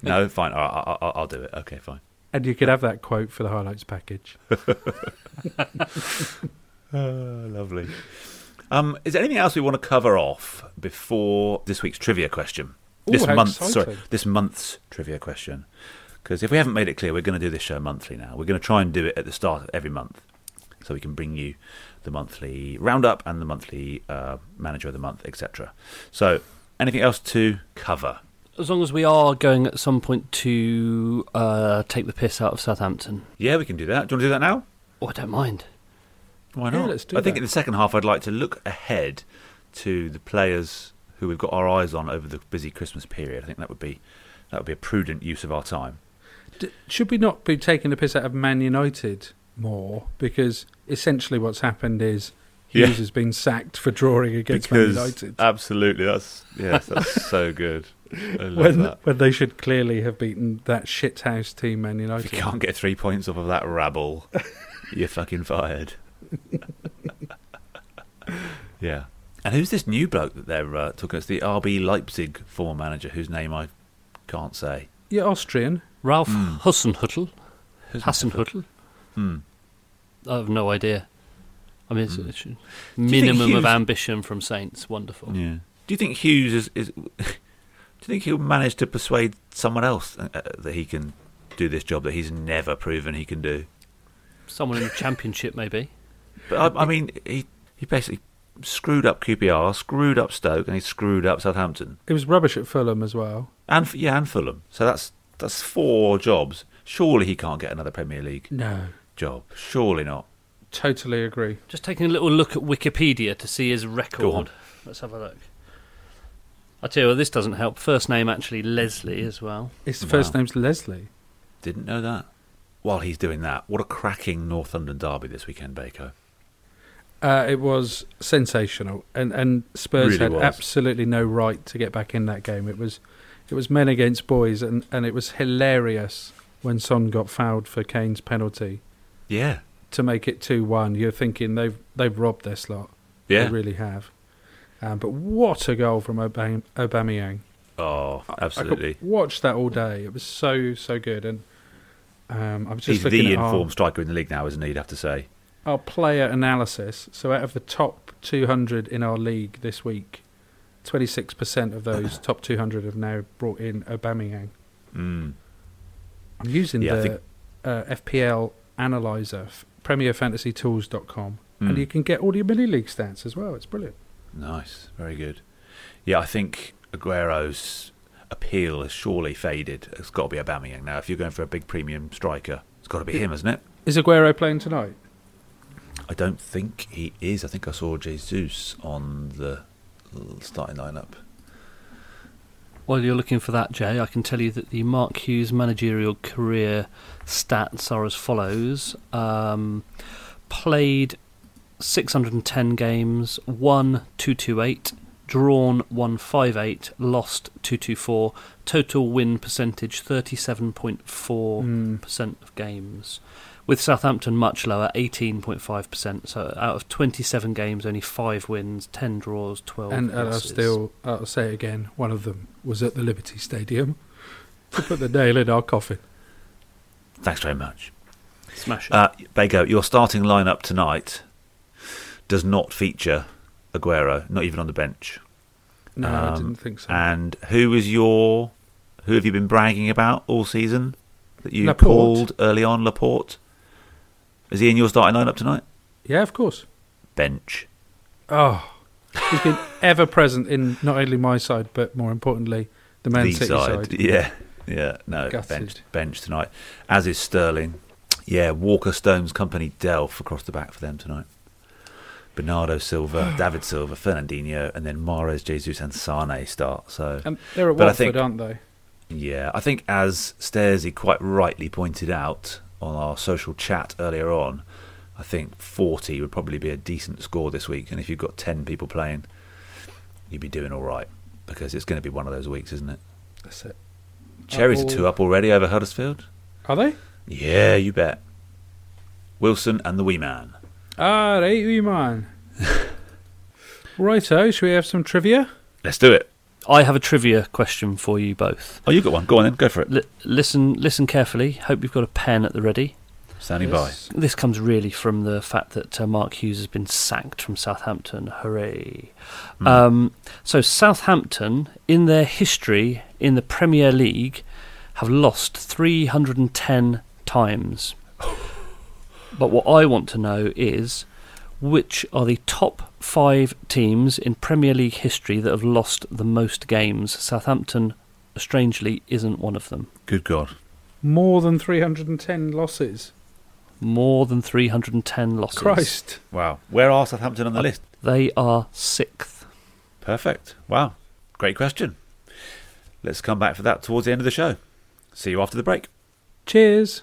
[SPEAKER 1] No, fine. I, I, I, I'll do it. Okay, fine.
[SPEAKER 3] And you could have that quote for the highlights package.
[SPEAKER 1] Oh, lovely. Um, is there anything else we want to cover off before this week's trivia question?
[SPEAKER 3] Ooh,
[SPEAKER 1] this
[SPEAKER 3] how
[SPEAKER 1] month's, sorry,
[SPEAKER 3] exciting.
[SPEAKER 1] this month's trivia question. Because if we haven't made it clear, we're going to do this show monthly now. We're going to try and do it at the start of every month, so we can bring you the monthly roundup and the monthly uh, manager of the month, etc. So, anything else to cover?
[SPEAKER 2] As long as we are going at some point to uh, take the piss out of Southampton.
[SPEAKER 1] Yeah, we can do that. Do you want to do that now?
[SPEAKER 2] Oh, I don't mind.
[SPEAKER 1] Why
[SPEAKER 3] Yeah,
[SPEAKER 1] not?
[SPEAKER 3] let's do
[SPEAKER 1] I think
[SPEAKER 3] that.
[SPEAKER 1] in the second half, I'd like to look ahead to the players who we've got our eyes on over the busy Christmas period. I think that would be that would be a prudent use of our time.
[SPEAKER 3] D- should we not be taking the piss out of Man United more? Because essentially what's happened is Hughes
[SPEAKER 1] Yeah.
[SPEAKER 3] has been sacked for drawing against Man United.
[SPEAKER 1] absolutely, that's yes, that's so good. I love
[SPEAKER 3] when,
[SPEAKER 1] that.
[SPEAKER 3] when they should clearly have beaten that shithouse team, Man
[SPEAKER 1] If
[SPEAKER 3] United.
[SPEAKER 1] you can't get three points off of that rabble, you're fucking fired. yeah. And who's this new bloke that they're uh, talking? It's the RB Leipzig former manager, whose name I can't say.
[SPEAKER 3] Yeah, Austrian.
[SPEAKER 2] Ralph Hassenhüttl.
[SPEAKER 1] Who's-
[SPEAKER 2] Hassenhüttl.
[SPEAKER 1] Hmm.
[SPEAKER 2] I have no idea. I mean, it's,
[SPEAKER 1] Hmm.
[SPEAKER 2] it's
[SPEAKER 1] think
[SPEAKER 2] minimum
[SPEAKER 1] Hughes-
[SPEAKER 2] of ambition from Saints. Wonderful.
[SPEAKER 1] Yeah. Do you think Hughes is? is do you think he'll manage to persuade someone else uh, uh, that he can do this job that he's never proven he can do?
[SPEAKER 2] Someone in the Championship, maybe.
[SPEAKER 1] But I, I mean, he he basically screwed up QPR, screwed up Stoke, and he screwed up Southampton,
[SPEAKER 3] It was rubbish at Fulham as well.
[SPEAKER 1] and F- yeah, and Fulham. So that's that's four jobs. Surely he can't get another Premier League
[SPEAKER 3] No.
[SPEAKER 1] job. Surely not.
[SPEAKER 3] Totally agree.
[SPEAKER 2] Just taking a little look at Wikipedia to see his
[SPEAKER 1] Go on.
[SPEAKER 2] record. Let's have a look. I tell you what, this doesn't help. First name actually Leslie as well.
[SPEAKER 3] His first
[SPEAKER 1] Wow.
[SPEAKER 3] name's Leslie.
[SPEAKER 1] Didn't know that. While he's doing that, what a cracking North London derby this weekend, Baker.
[SPEAKER 3] Uh, it was sensational, and and
[SPEAKER 1] Really
[SPEAKER 3] Spurs had
[SPEAKER 1] was.
[SPEAKER 3] absolutely no right to get back in that game. It was, it was men against boys, and, and it was hilarious when Son got fouled for Kane's penalty
[SPEAKER 1] Yeah,
[SPEAKER 3] to make it two one. You're thinking they've they've robbed their slot,
[SPEAKER 1] yeah.
[SPEAKER 3] they really have. Um, but what a goal from Obam- Aubameyang!
[SPEAKER 1] oh,
[SPEAKER 3] I
[SPEAKER 1] absolutely.
[SPEAKER 3] could watch that all day. It was so so good, and um, I was just
[SPEAKER 1] He's
[SPEAKER 3] looking
[SPEAKER 1] the
[SPEAKER 3] at our-
[SPEAKER 1] informed striker in the league now, isn't he? You'd have to say.
[SPEAKER 3] our player analysis. So out of the top 200 in our league this week, 26% of those top 200 have now brought in Aubameyang.
[SPEAKER 1] Mm.
[SPEAKER 3] I'm using
[SPEAKER 1] Yeah, I
[SPEAKER 3] the
[SPEAKER 1] think-
[SPEAKER 3] uh, FPL analyzer, f- premierfantasytools.com,
[SPEAKER 1] Mm.
[SPEAKER 3] and you can get all your mini league stats as well. It's brilliant.
[SPEAKER 1] Nice, very good. Yeah, I think Aguero's appeal has surely faded. It's got to be Aubameyang now. If you're going for a big premium striker, it's got to be him, isn't it?
[SPEAKER 3] Is Aguero playing tonight?
[SPEAKER 1] I don't think he is. I think I saw Jesus on the starting lineup.
[SPEAKER 2] While you're looking for that, Jay, I can tell you that the Mark Hughes managerial career stats are as follows: um, played 610 games, won 228, drawn 158, lost 224. Total win percentage 37.4 percent
[SPEAKER 3] Hmm.
[SPEAKER 2] of games. With Southampton much lower, 18.5%. So out of 27 games, only five wins, 10 draws,
[SPEAKER 1] Oh,
[SPEAKER 2] 12
[SPEAKER 3] and and I'll
[SPEAKER 2] losses.
[SPEAKER 3] still, I'll say it again, one of them was at the Liberty Stadium to put the nail in our coffin.
[SPEAKER 1] Thanks very much.
[SPEAKER 2] smash it.
[SPEAKER 1] Uh, Bago, your starting lineup tonight does not feature Aguero, not even on the bench.
[SPEAKER 3] No, I
[SPEAKER 1] Um,
[SPEAKER 3] didn't think so.
[SPEAKER 1] And who was your? Who have you been bragging about all season? That you
[SPEAKER 3] Laporte.
[SPEAKER 1] called early on, Laporte. Is he in your starting lineup tonight?
[SPEAKER 3] yeah, of course.
[SPEAKER 1] Bench.
[SPEAKER 3] Oh, he's been ever present in not only my side, but more importantly, the Man
[SPEAKER 1] the
[SPEAKER 3] City
[SPEAKER 1] side.
[SPEAKER 3] side.
[SPEAKER 1] Yeah, yeah. No,
[SPEAKER 3] Gutted.
[SPEAKER 1] bench. Bench tonight. As is Sterling. Yeah, Walker Stones Company Delph across the back for them tonight. Bernardo Silva, David Silva, Fernandinho, and then Mares, Jesus, and Sane start. So
[SPEAKER 3] And they're at
[SPEAKER 1] But I
[SPEAKER 3] Watford,
[SPEAKER 1] think-
[SPEAKER 3] aren't they?
[SPEAKER 1] Yeah, I think as Stairsy quite rightly pointed out on our social chat earlier on, I think 40 would probably be a decent score this week. And if you've got 10 people playing, you'd be doing all right because it's going to be one of those weeks, isn't it?
[SPEAKER 3] That's it.
[SPEAKER 1] Cherries
[SPEAKER 3] all-
[SPEAKER 1] are two up already over Huddersfield.
[SPEAKER 3] Are they?
[SPEAKER 1] Yeah, you bet. Wilson and the Wee Man.
[SPEAKER 3] Ah, right, we man. Righto, should we have some trivia?
[SPEAKER 1] Let's do it.
[SPEAKER 2] I have a trivia question for you both.
[SPEAKER 1] Oh, you got one. Go on then. Go for it.
[SPEAKER 2] L- listen, listen carefully. Hope you've got a pen at the ready.
[SPEAKER 1] Standing
[SPEAKER 3] Yes.
[SPEAKER 2] This comes really from the fact that uh, Mark Hughes has been sacked from Southampton. Hooray! Um, so Southampton, in their history in the Premier League, have lost 310 times. But what I want to know is which are the top five teams in Premier League history that have lost the most games? Southampton strangely, isn't one of them.
[SPEAKER 1] Good God.
[SPEAKER 3] More than 310 losses.
[SPEAKER 2] More than 310 losses.
[SPEAKER 3] Christ.
[SPEAKER 1] Wow. Where are Southampton on the list?
[SPEAKER 2] They are sixth.
[SPEAKER 1] Perfect. Wow. Great question. Let's come back for that towards the end of the show. See you after the break.
[SPEAKER 3] Cheers.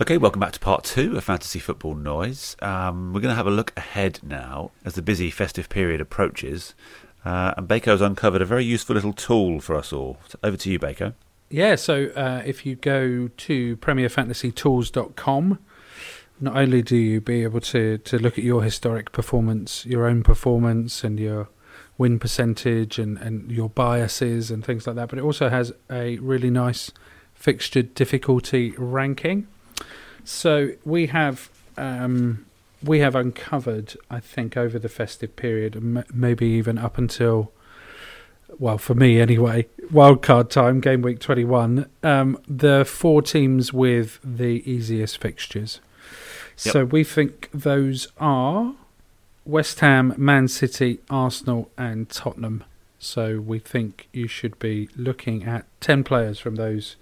[SPEAKER 1] Okay, welcome back to part two of Fantasy Football Noise. Um, we're going to have a look ahead now as the busy festive period approaches. Uh, and Baco's uncovered a very useful little tool for us all. So over to you, Baco.
[SPEAKER 3] Yeah, so uh, if you go to premierfantasytools.com, not only do you be able to, to look at your historic performance, your own performance, and your win percentage and, and your biases and things like that, but it also has a really nice fixture difficulty ranking. So we have um, we have uncovered, I think, over the festive period, and m- maybe even up until, well, for me anyway, wildcard time, game week twenty one, um, the four teams with the easiest fixtures.
[SPEAKER 1] Yep.
[SPEAKER 3] So we think those are West Ham, Man City, Arsenal, and Tottenham. So we think you should be looking at ten players from those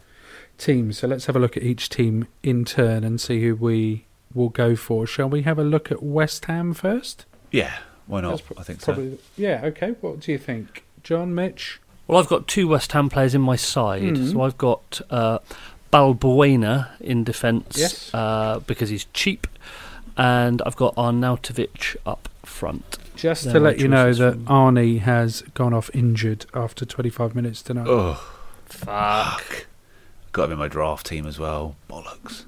[SPEAKER 3] teams. So let's have a look at each team in turn and see who we will go for. Shall we have a look at West Ham first?
[SPEAKER 1] Yeah, why not?
[SPEAKER 3] That's pro-
[SPEAKER 1] I think so.
[SPEAKER 3] probably, Yeah, okay. What do you think? John Mitch?
[SPEAKER 2] Well, I've got two West Ham players in my side.
[SPEAKER 3] Mm-hmm.
[SPEAKER 2] So I've got uh, Balbuena in defence
[SPEAKER 3] Yes.
[SPEAKER 2] uh, because he's cheap, and I've got Arnautovic up front.
[SPEAKER 3] Just
[SPEAKER 2] They're
[SPEAKER 3] to
[SPEAKER 2] my
[SPEAKER 3] let you know
[SPEAKER 2] choices
[SPEAKER 3] that
[SPEAKER 2] from-
[SPEAKER 3] Arnie has gone off injured after 25 minutes tonight.
[SPEAKER 1] Oh,
[SPEAKER 2] Fuck.
[SPEAKER 1] got him in my draft team as well. Bollocks.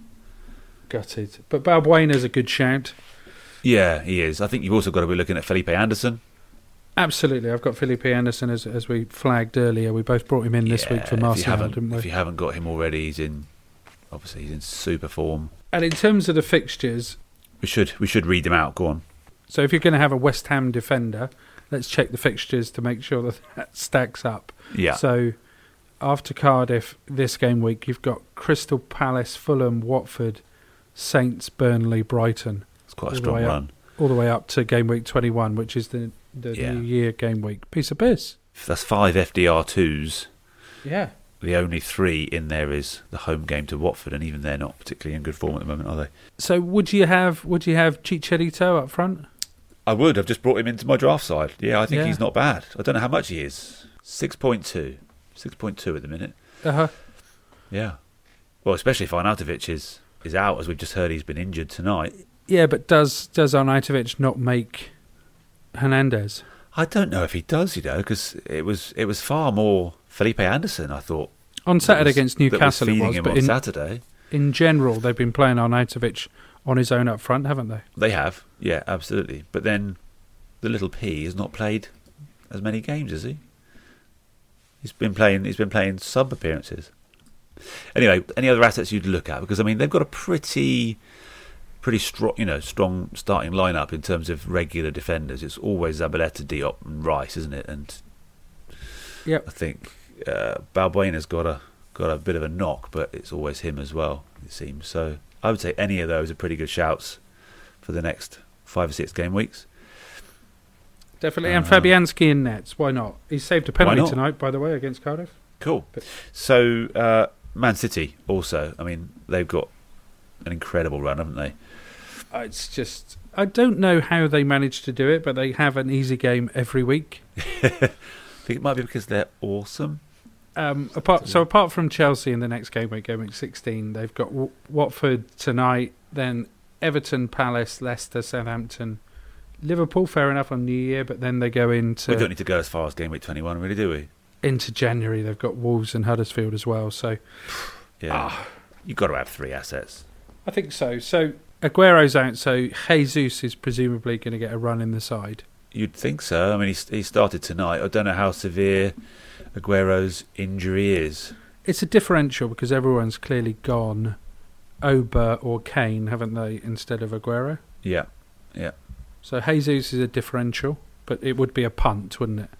[SPEAKER 3] Gutted. But Balbuena's a good shout.
[SPEAKER 1] Yeah, he is. I think you've also got to be looking at Felipe Anderson.
[SPEAKER 3] Absolutely. I've got Felipe Anderson as, as we flagged earlier. We both brought him in this
[SPEAKER 1] Yeah,
[SPEAKER 3] week for
[SPEAKER 1] if you
[SPEAKER 3] Martial,
[SPEAKER 1] haven't-
[SPEAKER 3] didn't we?
[SPEAKER 1] If you haven't got him already, he's in. Obviously, he's in super form.
[SPEAKER 3] And in terms of the fixtures,
[SPEAKER 1] We should we should read them out. Go on.
[SPEAKER 3] So if you're going to have a West Ham defender, let's check the fixtures to make sure that that stacks up.
[SPEAKER 1] Yeah.
[SPEAKER 3] So after Cardiff this game week, you've got Crystal Palace, Fulham, Watford, Saints, Burnley, Brighton.
[SPEAKER 1] It's quite a
[SPEAKER 3] all the
[SPEAKER 1] strong
[SPEAKER 3] way up-
[SPEAKER 1] run.
[SPEAKER 3] all the way up to game week 21, which is the the
[SPEAKER 1] Yeah.
[SPEAKER 3] New Year game week. Piece of piss.
[SPEAKER 1] That's five FDR twos.
[SPEAKER 3] Yeah.
[SPEAKER 1] The only three in there is the home game to Watford, and even they're not particularly in good form at the moment, are they?
[SPEAKER 3] So would you have would you have Chicharito up front?
[SPEAKER 1] I would. I've just brought him into my draft side. Yeah, I think
[SPEAKER 3] Yeah.
[SPEAKER 1] he's not bad. I don't know how much he is. 6.2. 6.2 at the minute.
[SPEAKER 3] Uh huh.
[SPEAKER 1] Yeah. Well, especially if Arnautovic is, is out, as we've just heard he's been injured tonight.
[SPEAKER 3] Yeah, but does does Arnautovic not make Hernandez?
[SPEAKER 1] I don't know if he does, you know, because it was it was far more Felipe Anderson. I thought
[SPEAKER 3] On
[SPEAKER 1] that
[SPEAKER 3] Saturday
[SPEAKER 1] was-
[SPEAKER 3] against
[SPEAKER 1] that was
[SPEAKER 3] Newcastle,
[SPEAKER 1] feeding
[SPEAKER 3] it was,
[SPEAKER 1] him
[SPEAKER 3] but
[SPEAKER 1] on
[SPEAKER 3] in,
[SPEAKER 1] Saturday
[SPEAKER 3] in general, they've been playing Arnautovic on his own up front, haven't they?
[SPEAKER 1] they have, yeah, absolutely. But then the little P has not played as many games, has he? He's been playing. He's been playing sub appearances. Anyway, any other assets you'd look at? Because I mean, they've got a pretty, pretty strong, you know, strong starting lineup in terms of regular defenders. It's always Zabaleta, Diop, and Rice, isn't it? And
[SPEAKER 3] Yep.
[SPEAKER 1] I think uh, Balbuena's got a got a bit of a knock, but it's always him as well. It seems so. I would say any of those are pretty good shouts for the next five or six game weeks.
[SPEAKER 3] Definitely. And Fabianski in nets. Why not? He saved a penalty
[SPEAKER 1] Uh, not?
[SPEAKER 3] tonight, by the way, against Cardiff.
[SPEAKER 1] Cool. So uh, Man City also. I mean, they've got an incredible run, haven't they?
[SPEAKER 3] Uh, It's just. I don't know how they managed to do it, but they have an easy game every week.
[SPEAKER 1] I think it might be because they're awesome.
[SPEAKER 3] Um, apart, so apart from Chelsea in the next game week, game week 16, they've got w- Watford tonight, then Everton, Palace, Leicester, Southampton, Liverpool. Fair enough on New Year, but then they go into
[SPEAKER 1] we don't need to go as far as game week twenty one, really, do we?
[SPEAKER 3] into January. They've got Wolves and Huddersfield as well. So
[SPEAKER 1] Yeah. You've got to have three assets.
[SPEAKER 3] I think so. So Aguero's out, so Jesus is presumably going to get a run in the side.
[SPEAKER 1] You'd think so. I mean, he he started tonight. I don't know how severe Aguero's injury is.
[SPEAKER 3] It's a differential because everyone's clearly gone Ober or Kane, haven't they, instead of Aguero?
[SPEAKER 1] Yeah, yeah,
[SPEAKER 3] So Jesus is a differential, but it would be a punt, wouldn't it?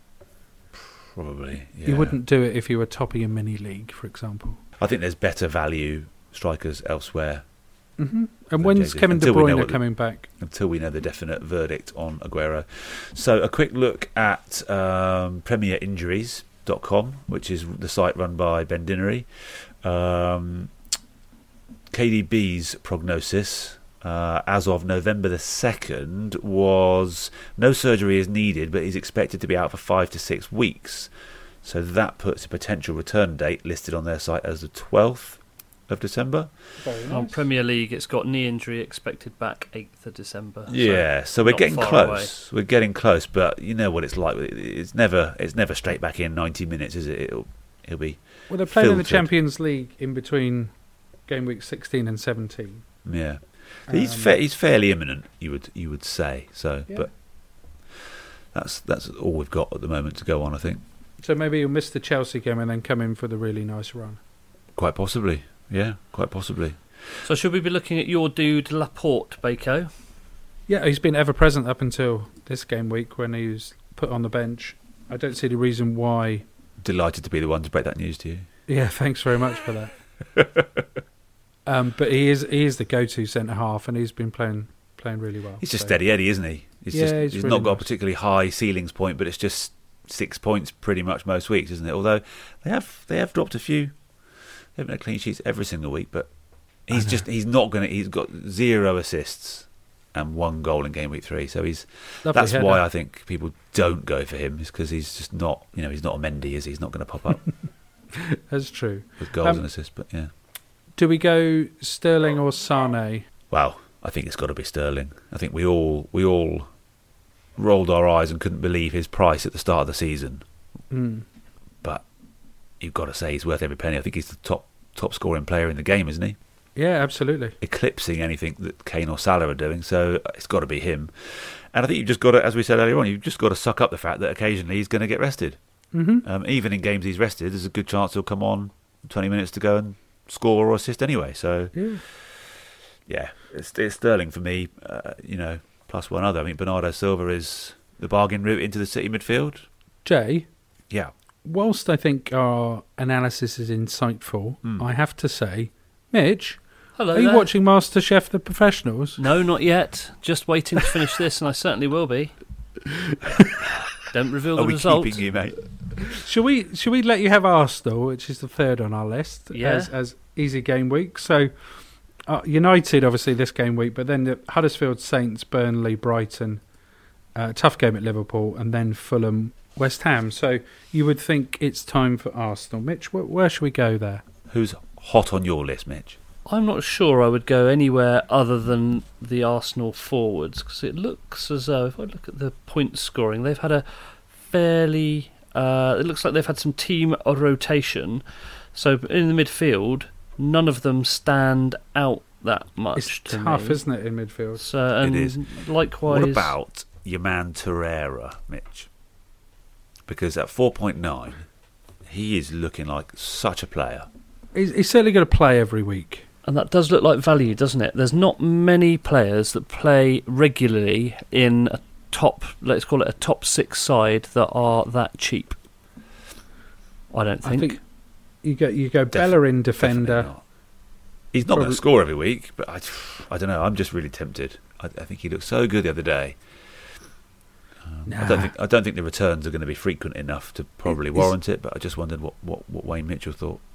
[SPEAKER 1] probably. Yeah.
[SPEAKER 3] You wouldn't do it if you were topping a mini league, for example.
[SPEAKER 1] I think there's better value strikers elsewhere
[SPEAKER 3] And
[SPEAKER 1] Then
[SPEAKER 3] when's
[SPEAKER 1] Jesus-
[SPEAKER 3] Kevin De
[SPEAKER 1] until we know
[SPEAKER 3] Bruyne
[SPEAKER 1] what the-
[SPEAKER 3] coming back?
[SPEAKER 1] until we know the definite verdict on Aguero. So, a quick look at um, premierinjuries.com, which is the site run by Ben Dinnery. Um, KDB's prognosis. Uh, as of November the 2nd, was no surgery is needed, but he's expected to be out for five to six weeks. So that puts a potential return date listed on their site as the 12th of December.
[SPEAKER 2] On Premier League, it's got knee injury expected back 8th of December. so
[SPEAKER 1] Yeah, so we're
[SPEAKER 2] not
[SPEAKER 1] getting
[SPEAKER 2] far away.
[SPEAKER 1] close. We're getting close, but you know what it's like. It- It's never it's never straight back in ninety minutes, is it? It'll it'll be
[SPEAKER 3] Well, they're playing in the
[SPEAKER 1] filtered.
[SPEAKER 3] Champions League in between game week 16 and 17.
[SPEAKER 1] Yeah, he's
[SPEAKER 2] Um,
[SPEAKER 1] fa- he's fairly imminent. You would you would say so,
[SPEAKER 3] Yeah.
[SPEAKER 1] but that's that's all we've got at the moment to go on. I think
[SPEAKER 3] So maybe you'll miss the Chelsea game and then come in for the really nice run.
[SPEAKER 1] quite possibly. Yeah, quite possibly.
[SPEAKER 2] So should we be looking at your dude Laporte, Baco?
[SPEAKER 3] Yeah, he's been ever present up until this game week when he was put on the bench. I don't see the reason why.
[SPEAKER 1] Delighted to be the one to break that news to you.
[SPEAKER 3] Yeah, thanks very much for that. um, but he is he is the go-to centre half, and he's been playing playing really well.
[SPEAKER 1] He's just
[SPEAKER 3] So-
[SPEAKER 1] steady Eddie, isn't he? He's
[SPEAKER 3] Yeah,
[SPEAKER 1] just
[SPEAKER 3] he's
[SPEAKER 1] he's,
[SPEAKER 3] really
[SPEAKER 1] not got a
[SPEAKER 3] nice.
[SPEAKER 1] particularly high ceilings point, but it's just six points pretty much most weeks, isn't it? Although they have they have dropped a few. They haven't had clean sheets every single week, but he's just he's not gonna he's got zero assists and one goal in game week three. So he's
[SPEAKER 3] Lovely
[SPEAKER 1] that's
[SPEAKER 3] header.
[SPEAKER 1] why I think people don't go for him, is because he's just not you know, he's not a Mendy, is he? He's not gonna pop up
[SPEAKER 3] That's true.
[SPEAKER 1] with goals
[SPEAKER 3] Um,
[SPEAKER 1] and assists, but yeah.
[SPEAKER 3] Do we go Sterling or Sane?
[SPEAKER 1] Well, I think it's got to be Sterling. I think we all we all rolled our eyes and couldn't believe his price at the start of the season. But you've got to say he's worth every penny. I think he's the top top scoring player in the game, isn't he?
[SPEAKER 3] Yeah, absolutely.
[SPEAKER 1] Eclipsing anything that Kane or Salah are doing, so it's got to be him. And I think you've just got to, as we said earlier on, you've just got to suck up the fact that occasionally he's going to get rested. Mm-hmm. Um, even in games he's rested, there's a good chance he'll come on 20 minutes to go and score or assist anyway. So yeah, it's, it's Sterling for me. Uh, you know, plus one other. I mean, Bernardo Silva is the bargain route into the City midfield.
[SPEAKER 3] Jay,
[SPEAKER 1] Yeah,
[SPEAKER 3] whilst I think our analysis is insightful, I have to say, Mitch,
[SPEAKER 2] Hmm. Hello.
[SPEAKER 3] are you
[SPEAKER 2] there.
[SPEAKER 3] watching MasterChef The Professionals?
[SPEAKER 2] No, not yet. Just waiting to finish this, and I certainly will be. Don't reveal the
[SPEAKER 1] are we
[SPEAKER 2] result.
[SPEAKER 1] keeping you, mate?
[SPEAKER 3] Should we should we let you have Arsenal, which is the third on our list,
[SPEAKER 2] Yeah.
[SPEAKER 3] as, as easy game week? So uh, United obviously this game week, but then the Huddersfield Saints, Burnley, Brighton, uh, tough game at Liverpool, and then Fulham, West Ham. So you would think it's time for Arsenal, Mitch. Where, where should we go there?
[SPEAKER 1] Who's hot on your list, Mitch?
[SPEAKER 2] I'm not sure I would go anywhere other than the Arsenal forwards because it looks as though, if I look at the point scoring, they've had a fairly. Uh, it looks like they've had some team rotation. So in the midfield, none of them stand out that much.
[SPEAKER 3] It's
[SPEAKER 2] to
[SPEAKER 3] tough,
[SPEAKER 2] me.
[SPEAKER 3] isn't it, in midfield?
[SPEAKER 2] So and
[SPEAKER 1] It is.
[SPEAKER 2] likewise,
[SPEAKER 1] What about your man Torreira, Mitch? Because at four point nine, He is looking like such a player.
[SPEAKER 3] He's, he's certainly going to play every week.
[SPEAKER 2] And that does look like value, doesn't it? There's not many players that play regularly in a top, let's call it a top six side, that are that cheap. I don't
[SPEAKER 3] I
[SPEAKER 2] think.
[SPEAKER 3] think you go you go
[SPEAKER 1] Defi-
[SPEAKER 3] Bellerin
[SPEAKER 1] Definitely
[SPEAKER 3] defender.
[SPEAKER 1] not. He's not going
[SPEAKER 3] Probably-
[SPEAKER 1] to score every week, but I, I don't know. I'm just really tempted. I, I think he looked so good the other day. Um, I don't
[SPEAKER 3] Nah.
[SPEAKER 1] think I don't think the returns are going to be frequent enough to probably
[SPEAKER 3] Is-
[SPEAKER 1] warrant it. But I just wondered what, what, what Wayne Mitchell thought.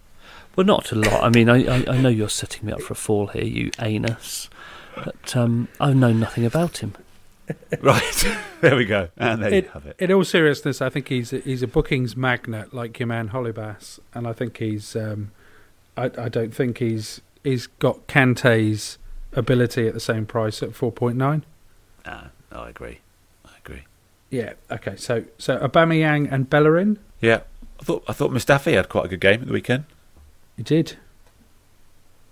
[SPEAKER 2] Well, not a lot. I mean, I, I, I know you're setting me up for a fall here, you anus. But um, I've known nothing about him.
[SPEAKER 1] right, there we go, and there
[SPEAKER 3] It-
[SPEAKER 1] you have it.
[SPEAKER 3] In all seriousness, I think he's a, he's a bookings magnet like your man Holibas, and I think he's um, I, I don't think he's he's got Kante's ability at the same price at four point nine.
[SPEAKER 1] Ah, I agree. I agree.
[SPEAKER 3] Yeah. Okay. So so Aubameyang and Bellerin,
[SPEAKER 1] Yeah, I thought I thought Mustafi had quite a good game at the weekend.
[SPEAKER 3] he did.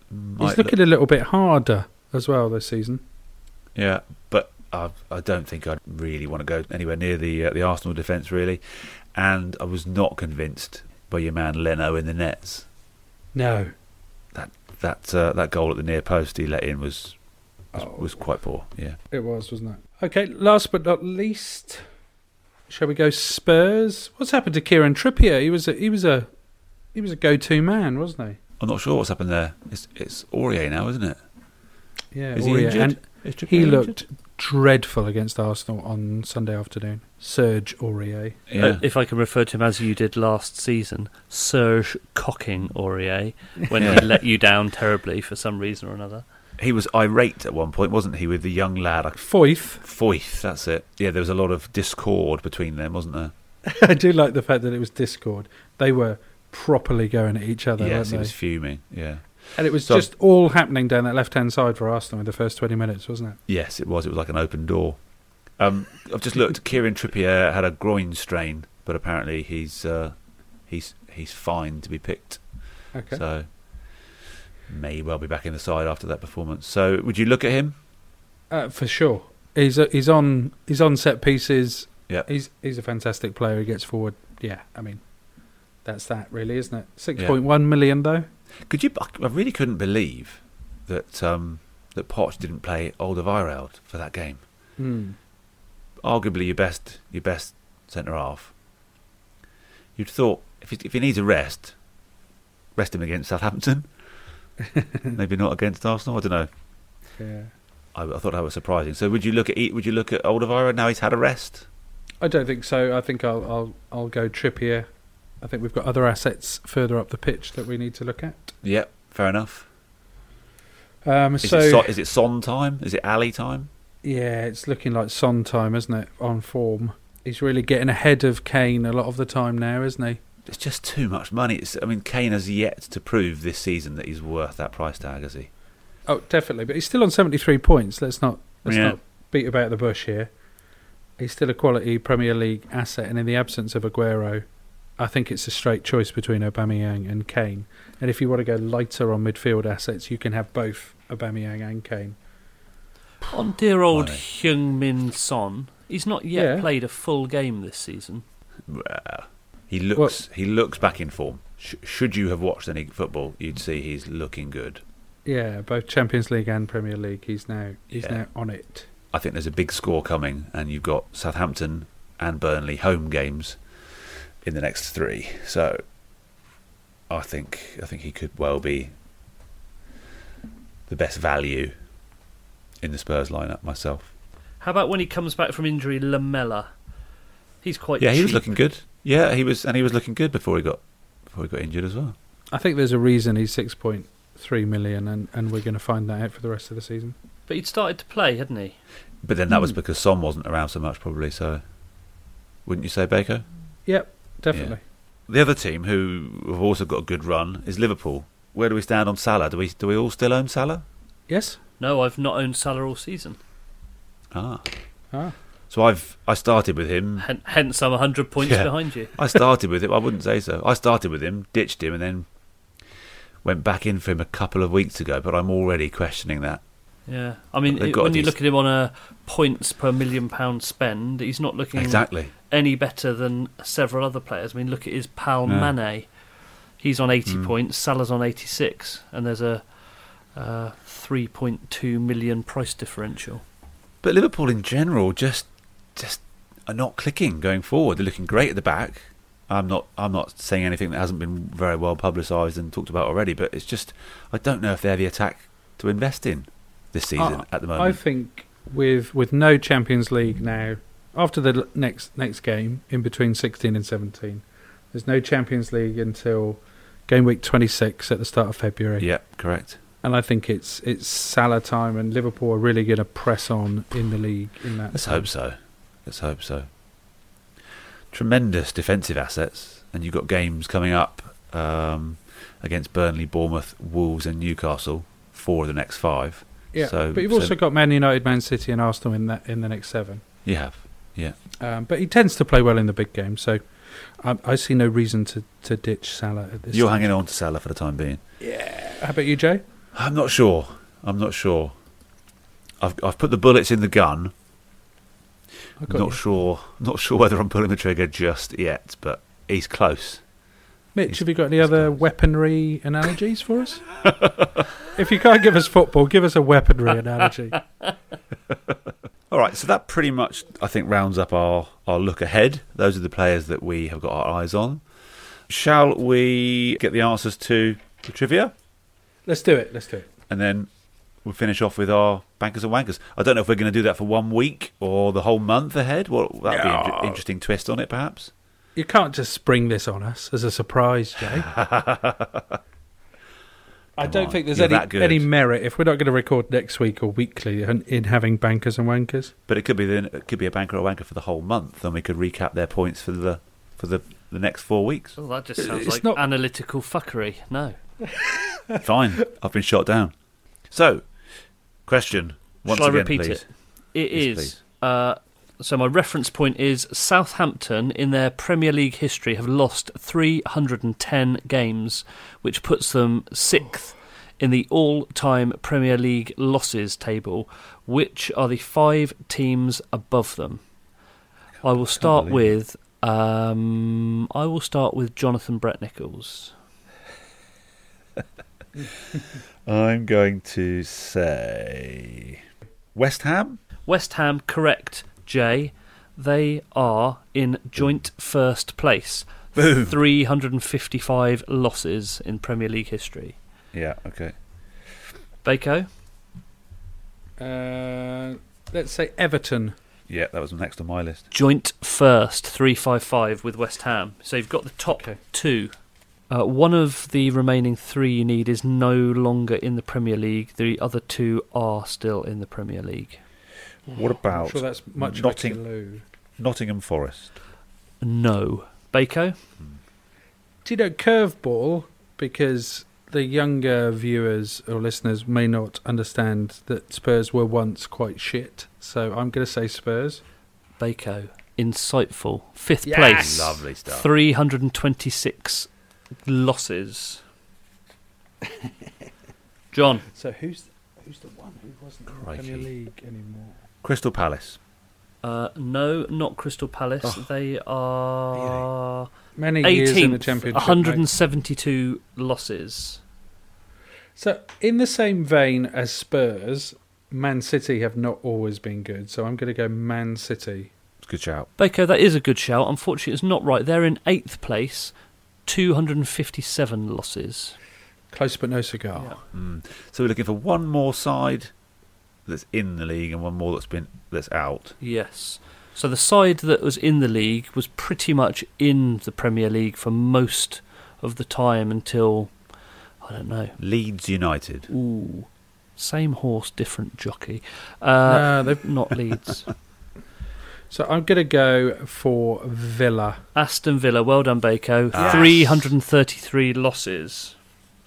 [SPEAKER 1] Might
[SPEAKER 3] He's looking a little bit harder as well this season.
[SPEAKER 1] Yeah, but I, I don't think I'd really want to go anywhere near the uh, the Arsenal defence really, and I was not convinced by your man Leno in the nets.
[SPEAKER 3] No.
[SPEAKER 1] That that uh, that goal at the near post he let in was was,
[SPEAKER 3] Oh.
[SPEAKER 1] was quite poor. Yeah,
[SPEAKER 3] It was, wasn't it? Okay, last but not least, shall we go Spurs? What's happened to Kieran Trippier? He was a he was a he was a go-to man, wasn't
[SPEAKER 1] I'm not sure what's happened there. It's it's Aurier now, isn't it?
[SPEAKER 3] he? Yeah,
[SPEAKER 1] Is
[SPEAKER 3] Aurier.
[SPEAKER 1] he injured?
[SPEAKER 3] and
[SPEAKER 1] Is Trippier
[SPEAKER 3] he
[SPEAKER 1] injured?
[SPEAKER 3] looked dreadful against Arsenal on Sunday afternoon. Serge Aurier.
[SPEAKER 1] Yeah.
[SPEAKER 2] Uh, if I can refer to him as you did last season, Serge Cocking Aurier, when he
[SPEAKER 1] Yeah.
[SPEAKER 2] let you down terribly for some reason or another.
[SPEAKER 1] he was irate at one point, wasn't he, with the young lad? I-
[SPEAKER 3] Foyth.
[SPEAKER 1] Foyth, that's it. Yeah, there was a lot of discord between them, wasn't there?
[SPEAKER 3] I do like the fact that it was Discord. They were properly going at each other,
[SPEAKER 1] yes, he
[SPEAKER 3] weren't
[SPEAKER 1] was
[SPEAKER 3] they?
[SPEAKER 1] fuming. Yeah.
[SPEAKER 3] And it was
[SPEAKER 1] So-
[SPEAKER 3] just all happening down that left-hand side for Arsenal in the first 20 minutes, wasn't it?
[SPEAKER 1] Yes, it was. It was like an open door. Um, I've just looked. Kieran Trippier had a groin strain, but apparently he's uh, he's he's fine to be picked.
[SPEAKER 3] Okay.
[SPEAKER 1] So may well be back in the side after that performance. So would you look at him?
[SPEAKER 3] Uh, for sure. He's uh, he's on he's on set pieces.
[SPEAKER 1] Yeah.
[SPEAKER 3] He's he's a fantastic player. He gets forward. Yeah, I mean, that's that really, isn't it? Six
[SPEAKER 1] Yeah.
[SPEAKER 3] point one million
[SPEAKER 1] Could you? I really couldn't believe that um, that Poch didn't play Alderweireld for that game.
[SPEAKER 3] though. Mm.
[SPEAKER 1] Arguably your best your best centre half. You'd thought if he, if he needs a rest, rest him against Southampton. Maybe not against Arsenal. I don't know.
[SPEAKER 3] Yeah.
[SPEAKER 1] I, I thought that was surprising. So would you look at E- would you look at Alderweireld now he's had a rest?
[SPEAKER 3] I don't think so. I think I'll I'll I'll go Trippier. I think we've got other assets further up the pitch that we need to look at.
[SPEAKER 1] Yep, fair enough.
[SPEAKER 3] Um,
[SPEAKER 1] Is,
[SPEAKER 3] so
[SPEAKER 1] it, so, is it Son time? Is it Ali time?
[SPEAKER 3] yeah, it's looking like Son time, isn't it? On form, he's really getting ahead of Kane a lot of the time now, isn't he?
[SPEAKER 1] It's just too much money. It's, I mean, Kane has yet to prove this season that he's worth that price tag, has he?
[SPEAKER 3] Oh, definitely. But he's still on seventy three points. Let's not let's
[SPEAKER 1] Yeah.
[SPEAKER 3] not beat about the bush here. He's still a quality Premier League asset, and in the absence of Aguero, I think it's a straight choice between Aubameyang and Kane. And if you want to go lighter on midfield assets, you can have both Aubameyang and Kane.
[SPEAKER 2] On dear old
[SPEAKER 1] Aye.
[SPEAKER 2] Hyung Min Son, he's not yet
[SPEAKER 3] Yeah.
[SPEAKER 2] played a full game this season.
[SPEAKER 1] Well, He looks he looks back in form. Sh- should you have watched any football, you'd see he's looking good.
[SPEAKER 3] Yeah, both Champions League and Premier League. He's now he's
[SPEAKER 1] Yeah.
[SPEAKER 3] now on it.
[SPEAKER 1] I think there's a big score coming, and you've got Southampton and Burnley home games in the next three. So I think I think he could well be the best value in the Spurs lineup myself.
[SPEAKER 2] How about when he comes back from injury, Lamella? He's quite
[SPEAKER 1] Yeah, he was
[SPEAKER 2] cheap.
[SPEAKER 1] looking good. Yeah, he was, and he was looking good before he got before he got injured as well.
[SPEAKER 3] I think there's a reason he's six point three million, and and we're going to find that out for the rest of the season.
[SPEAKER 2] But he'd started to play, hadn't he?
[SPEAKER 1] But then that was because Son wasn't around so much, probably. So wouldn't you say, Baker?
[SPEAKER 3] Yep, definitely.
[SPEAKER 1] The other team who have also got a good run is Liverpool. Where do we stand on Salah? Do we do we all still own Salah?
[SPEAKER 3] Yes.
[SPEAKER 2] No, I've not owned Salah all season.
[SPEAKER 1] Ah.
[SPEAKER 3] Ah.
[SPEAKER 1] So I've I started with him.
[SPEAKER 2] Hen- hence, I'm 100 points
[SPEAKER 1] Yeah.
[SPEAKER 2] behind you.
[SPEAKER 1] I started with him. I wouldn't say so. I started with him, ditched him, and then went back in for him a couple of weeks ago. But I'm already questioning that.
[SPEAKER 2] Yeah, I mean,
[SPEAKER 1] They've
[SPEAKER 2] it-
[SPEAKER 1] got
[SPEAKER 2] when
[SPEAKER 1] a
[SPEAKER 2] you
[SPEAKER 1] dec-
[SPEAKER 2] look at him on a points per million pound spend, he's not looking
[SPEAKER 1] Exactly.
[SPEAKER 2] any better than several other players. I mean, look at his pal
[SPEAKER 1] Yeah.
[SPEAKER 2] Mane; he's on eighty
[SPEAKER 3] Hmm.
[SPEAKER 2] points, Salah's on eighty-six, and there's a uh, three point two million price differential.
[SPEAKER 1] But Liverpool in general just just are not clicking going forward. They're looking great at the back. I'm not I'm not saying anything that hasn't been very well publicised and talked about already, but it's just I don't know if they're the attack to invest in this season
[SPEAKER 3] I-
[SPEAKER 1] at the
[SPEAKER 3] Ah, I
[SPEAKER 1] moment.
[SPEAKER 3] think with with no Champions League now, after the l- next next game in between 16 and 17, there's no Champions League until game week 26 at the start of February.
[SPEAKER 1] yeah, correct.
[SPEAKER 3] And I think it's it's Salah time, and Liverpool are really going to press on in the league in that.
[SPEAKER 1] Let's
[SPEAKER 3] time.
[SPEAKER 1] hope so. Let's hope so. Tremendous defensive assets, and you've got games coming up um, against Burnley, Bournemouth, Wolves, and Newcastle. Four of the next five.
[SPEAKER 3] Yeah,
[SPEAKER 1] So-
[SPEAKER 3] but you've
[SPEAKER 1] so-
[SPEAKER 3] also got Man United, Man City, and Arsenal in that in the next seven.
[SPEAKER 1] You have, yeah.
[SPEAKER 3] Um, but he tends to play well in the big game, so I, I see no reason to, to ditch Salah at this.
[SPEAKER 1] You're
[SPEAKER 3] stage.
[SPEAKER 1] hanging on to Salah for the time being.
[SPEAKER 3] How about you, Jay?
[SPEAKER 1] I'm not sure. I'm not sure. I've I've put the bullets in the gun.
[SPEAKER 3] I got
[SPEAKER 1] Not
[SPEAKER 3] you.
[SPEAKER 1] sure. Not sure whether I'm pulling the trigger just yet, but he's close.
[SPEAKER 3] Mitch, have you got any other weaponry analogies for us? if you can't give us football, give us a weaponry analogy.
[SPEAKER 1] All right, so that pretty much I think rounds up our our look ahead. Those are the players that we have got our eyes on. Shall we get the answers to the trivia,
[SPEAKER 3] Let's do it. Let's do it.
[SPEAKER 1] and then we'll finish off with our bankers and wankers? I don't know if we're going to do that for one week or the whole month ahead. Well, that'd be an inter- interesting twist on it, perhaps.
[SPEAKER 3] You can't just spring this on us as a surprise, Jay. I
[SPEAKER 1] Come
[SPEAKER 3] don't
[SPEAKER 1] on,
[SPEAKER 3] think there's
[SPEAKER 1] you're
[SPEAKER 3] any,
[SPEAKER 1] that good.
[SPEAKER 3] any merit if we're not going to record next week or weekly in, in having bankers and wankers.
[SPEAKER 1] But it could be then it could be a banker or wanker for the whole month, and we could recap their points for the for the the next four weeks.
[SPEAKER 2] Well, that just sounds
[SPEAKER 3] It's
[SPEAKER 2] like
[SPEAKER 3] not-
[SPEAKER 2] analytical fuckery. No, Oh.
[SPEAKER 1] Fine, I've been shot down. So, question once
[SPEAKER 2] Shall I
[SPEAKER 1] again,
[SPEAKER 2] repeat
[SPEAKER 1] please.
[SPEAKER 2] it? It
[SPEAKER 1] Yes,
[SPEAKER 2] is.
[SPEAKER 1] please.
[SPEAKER 2] Uh, so my reference point is Southampton in their Premier League history have lost 310 games, which puts them sixth in the all-time Premier League losses table. Which are the five teams above them? I will start
[SPEAKER 1] believe
[SPEAKER 2] with. Um, I will start with Jonathan Brett Nichols.
[SPEAKER 1] I'm going to say West Ham.
[SPEAKER 2] West Ham, correct, Jay. They are in joint first place. 355 losses in Premier League history.
[SPEAKER 1] Yeah. Okay.
[SPEAKER 2] Bako?
[SPEAKER 3] Uh, let's say Everton.
[SPEAKER 1] Yeah, that was next on my list.
[SPEAKER 2] joint first 355 with West Ham. So you've got the top
[SPEAKER 3] Okay.
[SPEAKER 2] two. Uh, one of the remaining three you need is no longer in the Premier League. The other two are still in the Premier League.
[SPEAKER 1] What
[SPEAKER 3] I'm
[SPEAKER 1] about
[SPEAKER 3] sure that's much
[SPEAKER 1] Notting-
[SPEAKER 3] Waterloo.
[SPEAKER 1] Nottingham Forest?
[SPEAKER 2] No. Bako?
[SPEAKER 3] Do you know curveball? Because the younger viewers or listeners may not understand that Spurs were once quite shit. So I'm going to say Spurs.
[SPEAKER 2] Bako. Insightful. Fifth
[SPEAKER 3] Yes!
[SPEAKER 2] place.
[SPEAKER 1] Lovely stuff.
[SPEAKER 2] 326 losses. John?
[SPEAKER 3] So who's who's the one who wasn't
[SPEAKER 1] Crikey.
[SPEAKER 3] in the Premier League anymore?
[SPEAKER 1] Crystal Palace.
[SPEAKER 2] Uh, no, not Crystal Palace. They are.
[SPEAKER 3] Many years Oh. in the
[SPEAKER 2] 18th,
[SPEAKER 3] Championship.
[SPEAKER 2] 172 losses.
[SPEAKER 3] mate. So in the same vein as Spurs, Man City have not always been good. So I'm going to go Man City.
[SPEAKER 1] It's a Good shout.
[SPEAKER 2] Baker, that is a good shout. Unfortunately, it's not right. They're in 8th place, 257 losses.
[SPEAKER 3] Close but no cigar.
[SPEAKER 1] So we're looking for one more side that's in the league and one more that's been that's out.
[SPEAKER 2] Yes. So the side that was in the league was pretty much in the Premier League for most of the time until, I don't know,
[SPEAKER 1] Leeds United.
[SPEAKER 2] ooh, same horse, different jockey. Uh,
[SPEAKER 3] No, they've-
[SPEAKER 2] Not Leeds.
[SPEAKER 3] So I'm going to go for Villa.
[SPEAKER 2] Aston Villa, well done, Baker. 333 losses.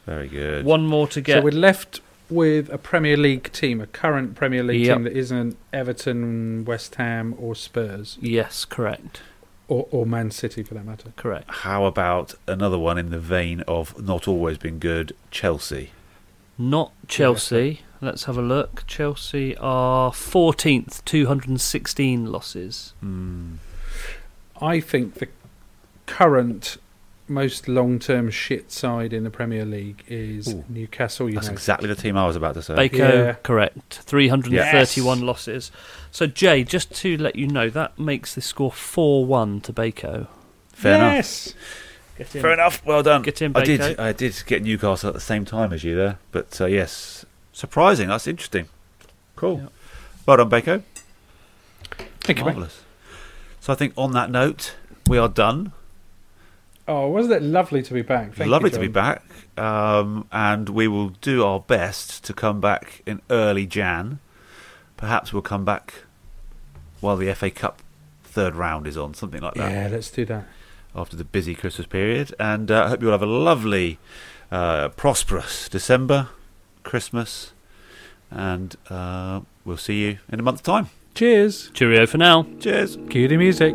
[SPEAKER 1] Very good.
[SPEAKER 2] One more to get.
[SPEAKER 3] So we're left with a Premier League team, a current Premier League
[SPEAKER 2] Yep.
[SPEAKER 3] team that isn't Everton, West Ham, or Spurs,
[SPEAKER 2] Yes, correct.
[SPEAKER 3] or, or Man City for that matter.
[SPEAKER 2] Correct.
[SPEAKER 1] How about another one in the vein of not always been good, Chelsea?
[SPEAKER 2] Not Chelsea. Let's have a look. Chelsea are 14th, 216 losses.
[SPEAKER 3] I think the current most long-term shit side in the Premier League is
[SPEAKER 1] Ooh.
[SPEAKER 3] Newcastle United.
[SPEAKER 1] That's exactly the team I was about to say.
[SPEAKER 2] Baco,
[SPEAKER 3] Yeah.
[SPEAKER 2] correct. 331
[SPEAKER 3] Yes.
[SPEAKER 2] losses. So, Jay, just to let you know, that makes the score 4 1 to Baco.
[SPEAKER 1] Fair enough.
[SPEAKER 3] yes.
[SPEAKER 2] Get in.
[SPEAKER 1] Fair enough. Well done.
[SPEAKER 2] Get in,
[SPEAKER 1] I did.
[SPEAKER 2] Baco.
[SPEAKER 1] I did get Newcastle at the same time as you there, but uh, yes, surprising. That's interesting. Cool. Well done, Baco.
[SPEAKER 3] Thank you, mate.
[SPEAKER 1] Marvelous. So I think on that note, we are done.
[SPEAKER 3] Oh, wasn't it lovely to be back? Thank
[SPEAKER 1] Lovely
[SPEAKER 3] you,
[SPEAKER 1] to be
[SPEAKER 3] John.
[SPEAKER 1] back, um, and we will do our best to come back in early Jan. Perhaps we'll come back while the FA Cup third round is on, something like that.
[SPEAKER 3] Yeah, let's do that.
[SPEAKER 1] after the busy Christmas period. And uh, I hope you all have a lovely, uh, prosperous December, Christmas, and uh, we'll see you in a month's time.
[SPEAKER 3] Cheers.
[SPEAKER 2] Cheerio for now.
[SPEAKER 1] Cheers.
[SPEAKER 3] Cue the music.